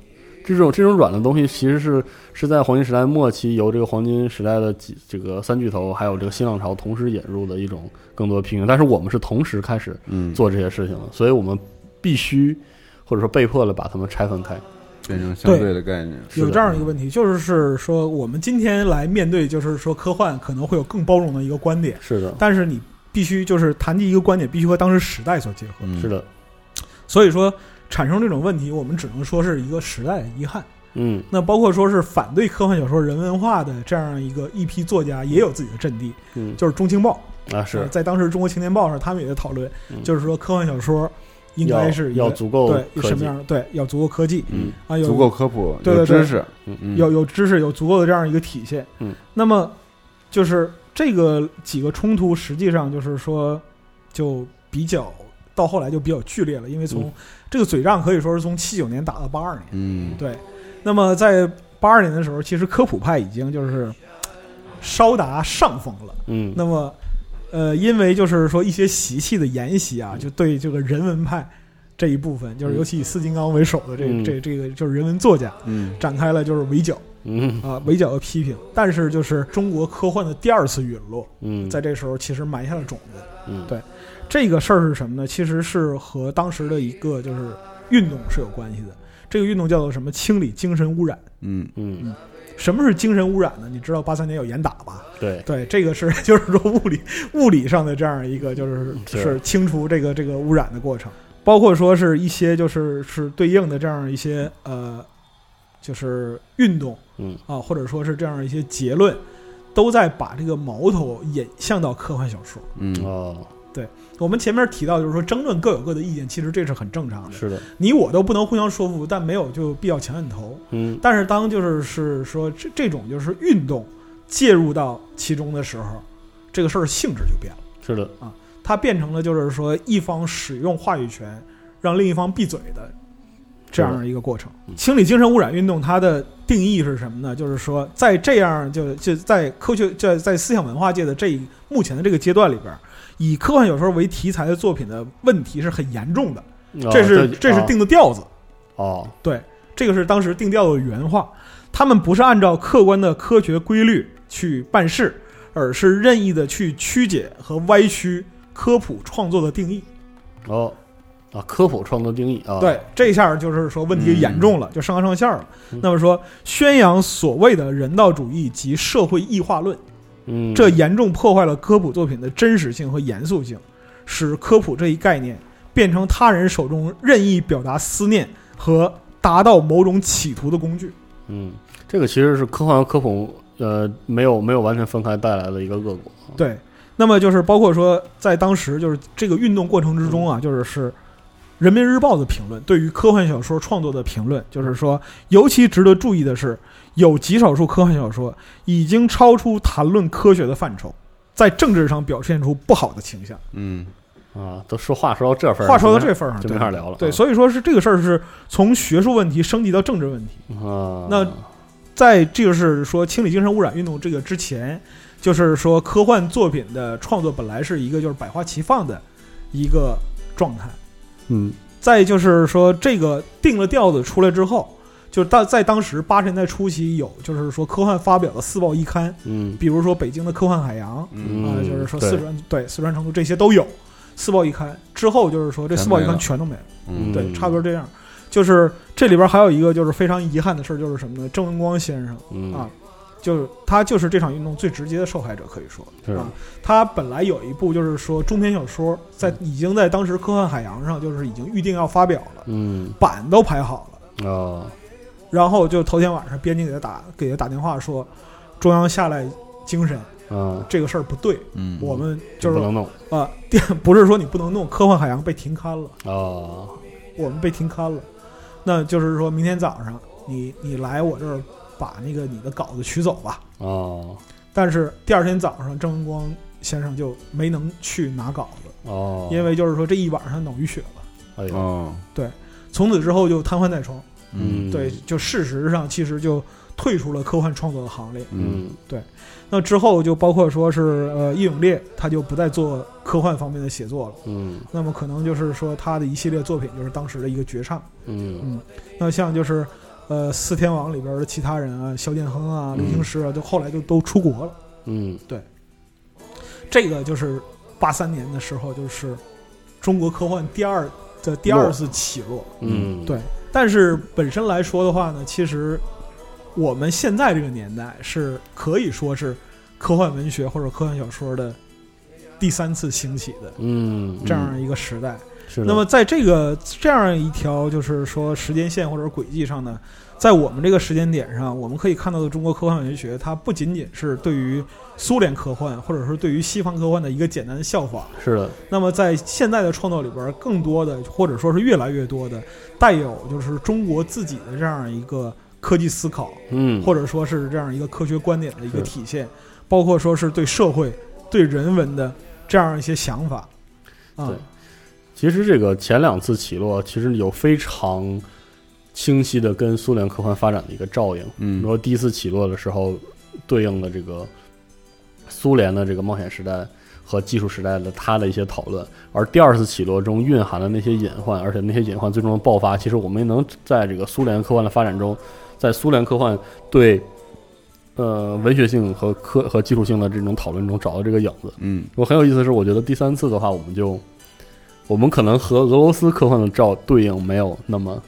Speaker 4: 这种这种软的东西，其实是是在黄金时代末期由这个黄金时代的几这个三巨头还有这个新浪潮同时引入的一种更多的平衡。但是我们是同时开始
Speaker 2: 嗯
Speaker 4: 做这些事情了，所以我们必须或者说被迫的把它们拆分开。
Speaker 2: 变成相对的概念，
Speaker 4: 是
Speaker 3: 有
Speaker 4: 的
Speaker 3: 这样一个问题，就是是说我们今天来面对，就是说科幻可能会有更包容的一个观点，
Speaker 4: 是的，
Speaker 3: 但是你必须就是谈及一个观点，必须和当时时代所结合。
Speaker 2: 嗯
Speaker 4: 是，的，
Speaker 3: 所以说，产生这种问题，我们只能说是一个时代的遗憾。
Speaker 4: 嗯
Speaker 3: 那包括说是反对科幻小说人文化的这样一个一批作家，也有自己的阵地，
Speaker 4: 嗯
Speaker 3: 就是《中青报》
Speaker 4: 啊是
Speaker 3: 呃在当时《中国青年报》上，他们也在讨论，
Speaker 4: 嗯
Speaker 3: 就是说科幻小说应该是一个
Speaker 4: 要要足够
Speaker 3: 对
Speaker 4: 科
Speaker 3: 什
Speaker 4: 技
Speaker 3: 么，样的对要足够科技
Speaker 4: 嗯
Speaker 3: 啊，有
Speaker 2: 足够科普，
Speaker 3: 对对
Speaker 2: 有
Speaker 3: 对
Speaker 2: 知识，嗯
Speaker 3: 有有知识，有足够的这样一个体现。
Speaker 4: 嗯，
Speaker 3: 那么就是这个几个冲突，实际上就是说，就比较到后来就比较剧烈了，因为从、
Speaker 4: 嗯
Speaker 3: 这个嘴仗可以说是从七九年打到八二年。
Speaker 2: 嗯，
Speaker 3: 对，那么在八二年的时候，其实科普派已经就是稍达上风了。
Speaker 4: 嗯
Speaker 3: 那么，呃，因为就是说一些习气的沿袭啊，就对这个人文派这一部分，就是尤其以四金刚为首的这个
Speaker 4: 嗯
Speaker 3: 这个这个就是人文作家
Speaker 2: 嗯
Speaker 3: 展开了就是围剿
Speaker 4: 嗯
Speaker 3: 啊围剿的批评。但是就是中国科幻的第二次陨落，
Speaker 4: 嗯
Speaker 3: 在这时候其实埋下了种子。
Speaker 4: 嗯
Speaker 3: 对这个事儿是什么呢？其实是和当时的一个就是运动是有关系的。这个运动叫做什么？清理精神污染。
Speaker 2: 嗯
Speaker 4: 嗯
Speaker 3: 什么是精神污染呢？你知道八三年有严打吧？
Speaker 4: 对
Speaker 3: 对，这个是 就是说物理物理上的这样一个就是
Speaker 4: 是
Speaker 3: 是清除这个这个污染的过程，包括说是一些就是是对应的这样一些呃就是运动
Speaker 4: 嗯
Speaker 3: 啊，或者说是这样一些结论，都在把这个矛头引向到科幻小说。
Speaker 2: 嗯
Speaker 4: 哦
Speaker 3: 我们前面提到，就是说争论各有各的意见，其实这是很正常的。
Speaker 4: 是的
Speaker 3: 你我都不能互相说服，但没有就必要强摁头。
Speaker 4: 嗯
Speaker 3: 但是当就是是说这这种就是运动介入到其中的时候，这个事儿性质就变了，
Speaker 4: 是的
Speaker 3: 它变成了就是说一方使用话语权让另一方闭嘴的这样一个过程
Speaker 4: 嗯。
Speaker 3: 清理精神污染运动它的定义是什么呢？就是说在这样就就在科学在在思想文化界的这一目前的这个阶段里边。以科幻小说为题材的作品的问题是很严重的，
Speaker 4: 哦
Speaker 3: 这是
Speaker 4: 这
Speaker 3: 这是
Speaker 4: 哦
Speaker 3: 定的调子，
Speaker 4: 哦
Speaker 3: 这个是当时定调的原话。他们不是按照客观的科学规律去办事，而是任意的去曲解和歪曲科普创作的定义。
Speaker 4: 哦啊科普创作定义啊
Speaker 3: 对，这下就是说问题严重了，就上纲上线了
Speaker 4: 嗯。
Speaker 3: 那么说，宣扬所谓的人道主义及社会异化论，
Speaker 4: 嗯
Speaker 3: 这严重破坏了科普作品的真实性和严肃性，使科普这一概念变成他人手中任意表达思念和达到某种企图的工具。
Speaker 4: 嗯这个其实是科幻和科普呃没有没有完全分开带来的一个恶果
Speaker 3: 对，那么就是包括说，在当时就是这个运动过程之
Speaker 4: 嗯
Speaker 3: 中啊，就是是《人民日报》的评论对于科幻小说创作的评论，就是说，尤其值得注意的是，有极少数科幻小说已经超出谈论科学的范畴。在政治上表现出不好的倾向，
Speaker 2: 嗯
Speaker 4: 啊都说话说到这份儿
Speaker 3: 话说到这份儿上，
Speaker 4: 就没
Speaker 3: 对
Speaker 4: 法聊了
Speaker 3: 对，
Speaker 4: 啊
Speaker 3: 所以说是这个事儿是从学术问题升级到政治问题。
Speaker 4: 啊
Speaker 3: 那在这就是说清理精神污染运动这个之前，就是说科幻作品的创作本来是一个就是百花齐放的一个状态。
Speaker 4: 嗯
Speaker 3: 再就是说这个定了调子出来之后，就是当在当时八十年代初期有就是说科幻发表的四报一刊，
Speaker 4: 嗯
Speaker 3: 比如说北京的《科幻海洋》
Speaker 2: 嗯
Speaker 3: 啊、
Speaker 4: 嗯
Speaker 3: 就是说
Speaker 4: 对
Speaker 3: 四川对四川成都这些都有四报一刊。之后就是说这四报一
Speaker 2: 全没
Speaker 3: 刊
Speaker 2: 了
Speaker 3: 全都没了。
Speaker 2: 嗯
Speaker 3: 对，差不多这样。就是这里边还有一个就是非常遗憾的事儿，就是什么呢？郑文光先生
Speaker 4: 嗯
Speaker 3: 啊就是他就是这场运动最直接的受害者，可以说
Speaker 4: 是
Speaker 3: 啊，他本来有一部就是说中篇小说，在已经在当时科幻海洋上就是已经预定要发表了，
Speaker 4: 嗯
Speaker 3: 版都排好了，
Speaker 4: 哦
Speaker 3: 然后就头天晚上编辑给他打给他打电话说，中央下来精神，
Speaker 4: 啊
Speaker 3: 这个事儿不对，
Speaker 2: 嗯
Speaker 3: 我们就是
Speaker 4: 不能弄
Speaker 3: 啊， 电不是说你不能弄，科幻海洋被停刊了。
Speaker 4: 哦
Speaker 3: 我们被停刊了，那就是说明天早上你你来我这儿把那个你的稿子取走吧。
Speaker 4: 哦
Speaker 3: 但是第二天早上，郑文光先生就没能去拿稿子，
Speaker 4: 哦，
Speaker 3: 因为就是说这一晚上脑淤血了。
Speaker 4: 哎呦
Speaker 2: 哦
Speaker 3: 从此之后就瘫痪在床，
Speaker 4: 嗯
Speaker 3: 对，就事实上其实就退出了科幻创作的行列。
Speaker 2: 嗯
Speaker 4: 嗯
Speaker 3: 那之后就包括说是呃叶永烈，他就不再做科幻方面的写作了。
Speaker 4: 嗯
Speaker 3: 那么可能就是说他的一系列作品就是当时的一个绝唱。
Speaker 4: 嗯
Speaker 3: 那像就是呃四天王里边的其他人啊，萧剑亨啊、
Speaker 4: 嗯
Speaker 3: 刘星驰啊，就后来就都出国了。
Speaker 4: 嗯
Speaker 3: 这个就是八三年的时候，就是中国科幻第二的第二次起落。
Speaker 4: 嗯
Speaker 3: 对但是本身来说的话呢，其实我们现在这个年代是可以说是科幻文学或者科幻小说的第三次兴起的
Speaker 4: 嗯，
Speaker 3: 这样一个时代。
Speaker 4: 嗯是的
Speaker 3: 那么在这个这样一条就是说时间线或者轨迹上呢，在我们这个时间点上，我们可以看到的中国科幻文学，它不仅仅是对于苏联科幻或者说对于西方科幻的一个简单的效仿。
Speaker 4: 是的，
Speaker 3: 那么在现在的创作里边，更多的或者说是越来越多的带有就是中国自己的这样一个科技思考，
Speaker 4: 嗯，
Speaker 3: 或者说是这样一个科学观点的一个
Speaker 4: 是
Speaker 3: 体现，包括说是对社会、对人文的这样一些想法。啊
Speaker 4: 对，其实这个前两次起落其实有非常清晰的跟苏联科幻发展的一个照应。比
Speaker 2: 嗯
Speaker 4: 如说第一次起落的时候，对应了这个苏联的这个冒险时代和技术时代的它的一些讨论，而第二次起落中蕴含的那些隐患，而且那些隐患最终的爆发，其实我们也能在这个苏联科幻的发展中，在苏联科幻对呃文学性和科和技术性的这种讨论中找到这个影子。
Speaker 2: 嗯
Speaker 4: 我很有意思的是，我觉得第三次的话，我们就我们可能和俄罗斯科幻的照对应没有那么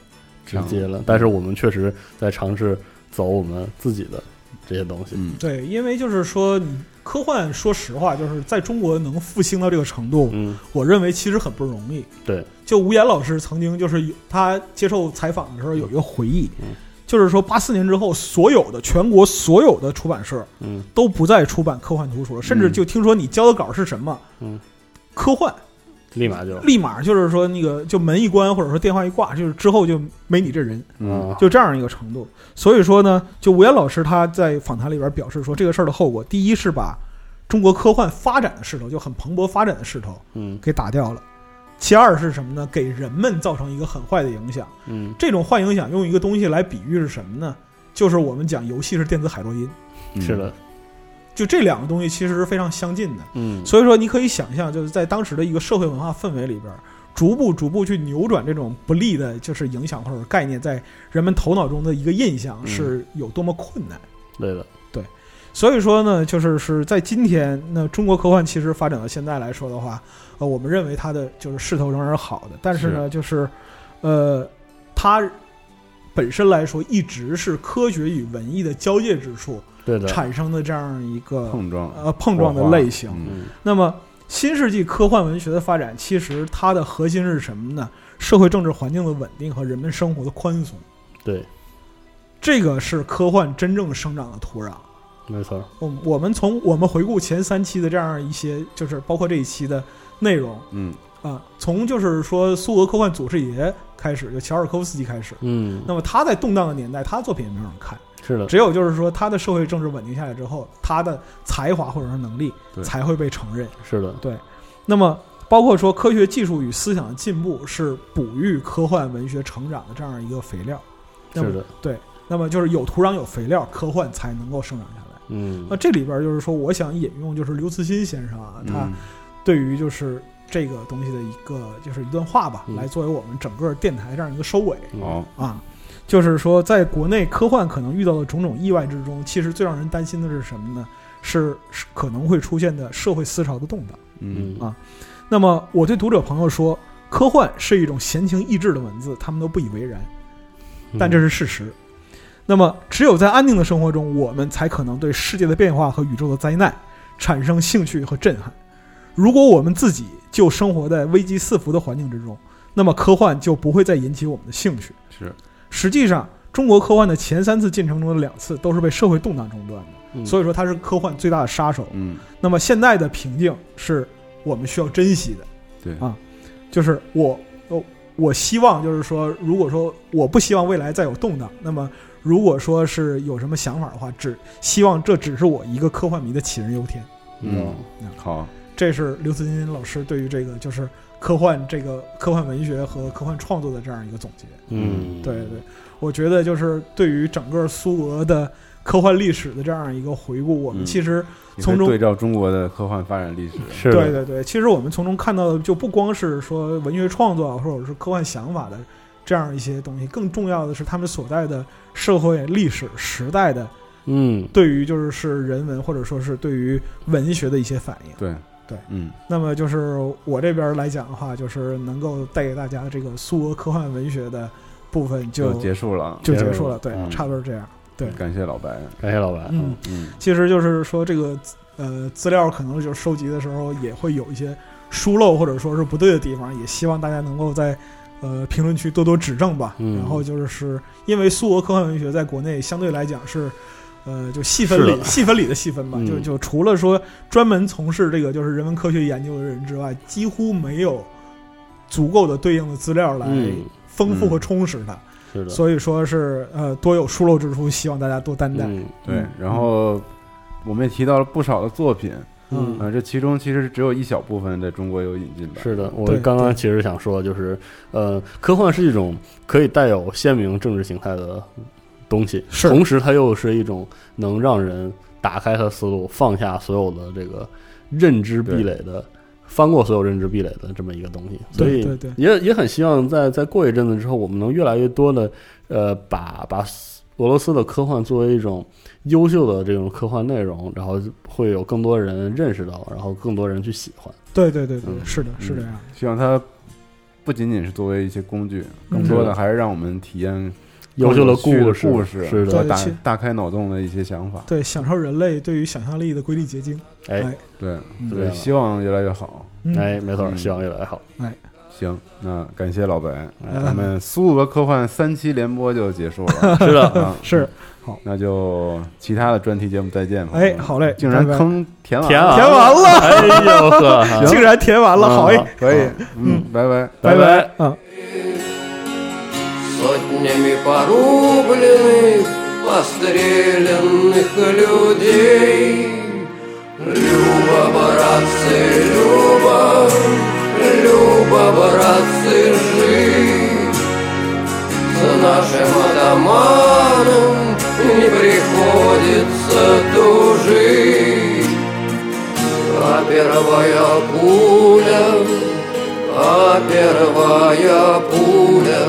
Speaker 4: 直接了，但是我们确实在尝试走我们自己的这些东西。
Speaker 2: 嗯
Speaker 3: 对，因为就是说，你科幻说实话，就是在中国能复兴到这个程度，
Speaker 4: 嗯，
Speaker 3: 我认为其实很不容易。
Speaker 4: 对，
Speaker 3: 就吴岩老师曾经就是有他接受采访的时候有一个回忆，
Speaker 4: 嗯
Speaker 3: 就是说八四年之后，所有的全国所有的出版社
Speaker 4: 嗯
Speaker 3: 都不再出版科幻图书了，甚至
Speaker 2: 嗯
Speaker 3: 就听说你交的稿是什么，
Speaker 4: 嗯，哦
Speaker 3: 科幻，
Speaker 4: 立马就
Speaker 3: 立马就是说那个就门一关或者说电话一挂，就是之后就没你这人，
Speaker 2: 嗯
Speaker 4: 啊，
Speaker 3: 就这样一个程度。所以说呢，就吴岩老师他在访谈里边表示说，这个事儿的后果，第一是把中国科幻发展的势头，就很蓬勃发展的势头
Speaker 4: 嗯
Speaker 3: 给打掉了。其二是什么呢？给人们造成一个很坏的影响。
Speaker 4: 嗯
Speaker 3: 这种坏影响用一个东西来比喻是什么呢？就是我们讲游戏是电子海洛因，
Speaker 2: 嗯
Speaker 4: 是的，
Speaker 3: 就这两个东西其实是非常相近的。
Speaker 4: 嗯
Speaker 3: 所以说，你可以想象，就是在当时的一个社会文化氛围里边，逐步逐步去扭转这种不利的，就是影响或者概念在人们头脑中的一个印象
Speaker 4: 嗯
Speaker 3: 是有多么困难。
Speaker 4: 对的，
Speaker 3: 所以说呢，就是是在今天，那中国科幻其实发展到现在来说的话，呃，我们认为它的就是势头仍然是好的，但是呢，就是，呃，它本身来说一直是科学与文艺的交界之处
Speaker 4: 对的，
Speaker 3: 产生的这样一个
Speaker 2: 碰撞
Speaker 3: 呃碰撞的
Speaker 2: 火花
Speaker 3: 类型。
Speaker 2: 嗯
Speaker 4: 嗯
Speaker 3: 那么，新世纪科幻文学的发展，其实它的核心是什么呢？社会政治环境的稳定和人们生活的宽松，
Speaker 4: 对，
Speaker 3: 这个是科幻真正生长的土壤。
Speaker 4: 没错，
Speaker 3: 我我们从我们回顾前三期的这样一些，就是包括这一期的内容
Speaker 2: 嗯
Speaker 3: 啊，从就是说苏俄科幻祖师爷开始，就乔尔科夫斯基开始。
Speaker 4: 嗯
Speaker 3: 那么他在动荡的年代，他的作品也没有人看，
Speaker 4: 是的，
Speaker 3: 只有就是说他的社会政治稳定下来之后，他的才华或者是能力
Speaker 2: 对
Speaker 3: 才会被承认。
Speaker 4: 是的，
Speaker 3: 那么，包括说科学技术与思想的进步是哺育科幻文学成长的这样一个肥料。那
Speaker 4: 是
Speaker 3: 么，
Speaker 4: 的，
Speaker 3: 那么就是有土壤有肥料，科幻才能够生长下来。
Speaker 4: 嗯
Speaker 3: 那这里边就是说，我想引用就是刘慈欣先生啊，他
Speaker 2: 嗯
Speaker 3: 对于就是这个东西的一个就是一段话吧，
Speaker 4: 嗯
Speaker 3: 来作为我们整个电台这样一个收尾
Speaker 2: 好
Speaker 3: 啊。就是说，在国内科幻可能遇到的种种意外之中，其实最让人担心的是什么呢？是是可能会出现的社会思潮的动荡。
Speaker 2: 嗯
Speaker 4: 嗯
Speaker 3: 啊那么我对读者朋友说，科幻是一种闲情逸致的文字，他们都不以为然，
Speaker 4: 嗯
Speaker 3: 但这是事实。那么，只有在安定的生活中，我们才可能对世界的变化和宇宙的灾难产生兴趣和震撼。如果我们自己就生活在危机四伏的环境之中，那么科幻就不会再引起我们的兴趣。
Speaker 2: 是
Speaker 3: 实际上，中国科幻的前三次进程中的两次都是被社会动荡中断的，
Speaker 4: 嗯
Speaker 3: 所以说它是科幻最大的杀手。
Speaker 2: 嗯
Speaker 3: 那么现在的平静是我们需要珍惜的。
Speaker 2: 对
Speaker 3: 啊，就是我我我希望就是说，如果说我不希望未来再有动荡，那么如果说是有什么想法的话，只希望这只是我一个科幻迷的杞人忧天。
Speaker 4: 嗯
Speaker 2: 好
Speaker 3: 这是刘慈欣老师对于这个就是科幻这个科幻文学和科幻创作的这样一个总结。
Speaker 4: 嗯
Speaker 3: 对对，对，我觉得就是对于整个苏俄的科幻历史的这样一个回顾，我们
Speaker 2: 嗯
Speaker 3: 其实、
Speaker 2: 也
Speaker 3: 从
Speaker 2: 是
Speaker 3: 中
Speaker 2: 对照中国的科幻发展历史
Speaker 4: 嗯是的，
Speaker 3: 对对对，其实我们从中看到的就不光是说文学创作啊或者是科幻想法的这样一些东西，更重要的是他们所在的社会历史时代的
Speaker 4: 嗯
Speaker 3: 对于就是是人文或者说是对于文学的一些反应。
Speaker 2: 对
Speaker 3: 对
Speaker 2: 嗯
Speaker 3: 那么就是我这边来讲的话，就是能够带给大家这个苏俄科幻文学的部分就
Speaker 2: 就结束了，
Speaker 3: 就
Speaker 4: 结
Speaker 3: 结
Speaker 4: 束
Speaker 3: 束
Speaker 4: 了
Speaker 3: 了，对，
Speaker 2: 嗯
Speaker 3: 差不多是这样。对
Speaker 2: 感谢老白，
Speaker 4: 感谢老白，
Speaker 3: 嗯，
Speaker 2: 嗯
Speaker 3: 其实就是说这个呃，资料可能就是收集的时候也会有一些疏漏或者说是不对的地方，也希望大家能够在呃评论区多多指正吧。
Speaker 4: 嗯
Speaker 3: 然后就是因为苏俄科幻文学在国内相对来讲是。呃，就细分
Speaker 4: 是
Speaker 3: 里
Speaker 4: 的
Speaker 3: 细分里的细分吧，
Speaker 4: 嗯
Speaker 3: 就就除了说专门从事这个就是人文科学研究的人之外，几乎没有足够的对应的资料来
Speaker 4: 嗯，
Speaker 3: 丰富和
Speaker 2: 嗯
Speaker 3: 充实它。
Speaker 4: 是的，
Speaker 3: 所以说是呃多有疏漏之处，希望大家多担待。
Speaker 4: 嗯
Speaker 2: 对
Speaker 3: 嗯，
Speaker 2: 然后我们也提到了不少的作品，
Speaker 4: 嗯
Speaker 2: 啊，这其中其实只有一小部分在中国有引进吧。
Speaker 4: 是的，我
Speaker 3: 对
Speaker 4: 刚刚
Speaker 3: 对
Speaker 4: 其实想说，就是呃，科幻是一种可以带有鲜明政治形态的东西，
Speaker 3: 是
Speaker 4: 同时它又是一种能让人打开他思路、放下所有的这个认知壁垒的、翻过所有认知壁垒的这么一个东西，所
Speaker 3: 对
Speaker 4: 以
Speaker 3: 对对，
Speaker 4: 也也很希望在在过一阵子之后，我们能越来越多的呃，把把俄罗斯的科幻作为一种优秀的这种科幻内容，然后会有更多人认识到，然后更多人去喜欢。
Speaker 3: 对对对对，
Speaker 4: 嗯
Speaker 3: 是的，是这样。
Speaker 2: 希望它不仅仅是作为一些工具，
Speaker 3: 嗯
Speaker 2: 更多的还是让我们体验
Speaker 4: 优秀的
Speaker 2: 更有趣
Speaker 4: 事，
Speaker 2: 的
Speaker 4: 故
Speaker 2: 故事
Speaker 4: 是
Speaker 2: 和
Speaker 4: 的，
Speaker 3: 对
Speaker 2: 大
Speaker 3: 其
Speaker 2: 大开脑洞的一些想法。
Speaker 3: 对，享受人类对于想象力的瑰丽结晶。
Speaker 4: 哎
Speaker 2: 对，
Speaker 4: 对
Speaker 2: 对，希望越来越好。
Speaker 3: 嗯，
Speaker 4: 哎，没错，
Speaker 2: 嗯
Speaker 4: 希望越来越 好。
Speaker 2: 行，那感谢老白，
Speaker 4: 哎。
Speaker 2: 咱们苏俄科幻三期联播就结束了
Speaker 4: 是的，
Speaker 2: 啊，
Speaker 3: 是，
Speaker 2: 那就其他的专题节目再
Speaker 4: 嗯
Speaker 2: 见吧。
Speaker 3: 哎，好嘞，
Speaker 2: 竟然
Speaker 3: 拜拜，
Speaker 2: 坑填完
Speaker 4: 填
Speaker 2: 了，
Speaker 4: 完
Speaker 3: 填完
Speaker 4: 了，啊哎呦 呵，
Speaker 3: 竟然填完
Speaker 4: 啊
Speaker 3: 了，好哎，
Speaker 2: 可以，嗯，拜拜。
Speaker 4: 拜拜。
Speaker 3: 嗯。
Speaker 1: Сотнями порубленных, постреленных людей. Люба, братцы, Люба, Люба, братцы, жить За нашим атаманом не приходится тужить А первая пуля, а первая пуля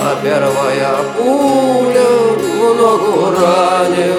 Speaker 1: а первая пуля в ногу ранила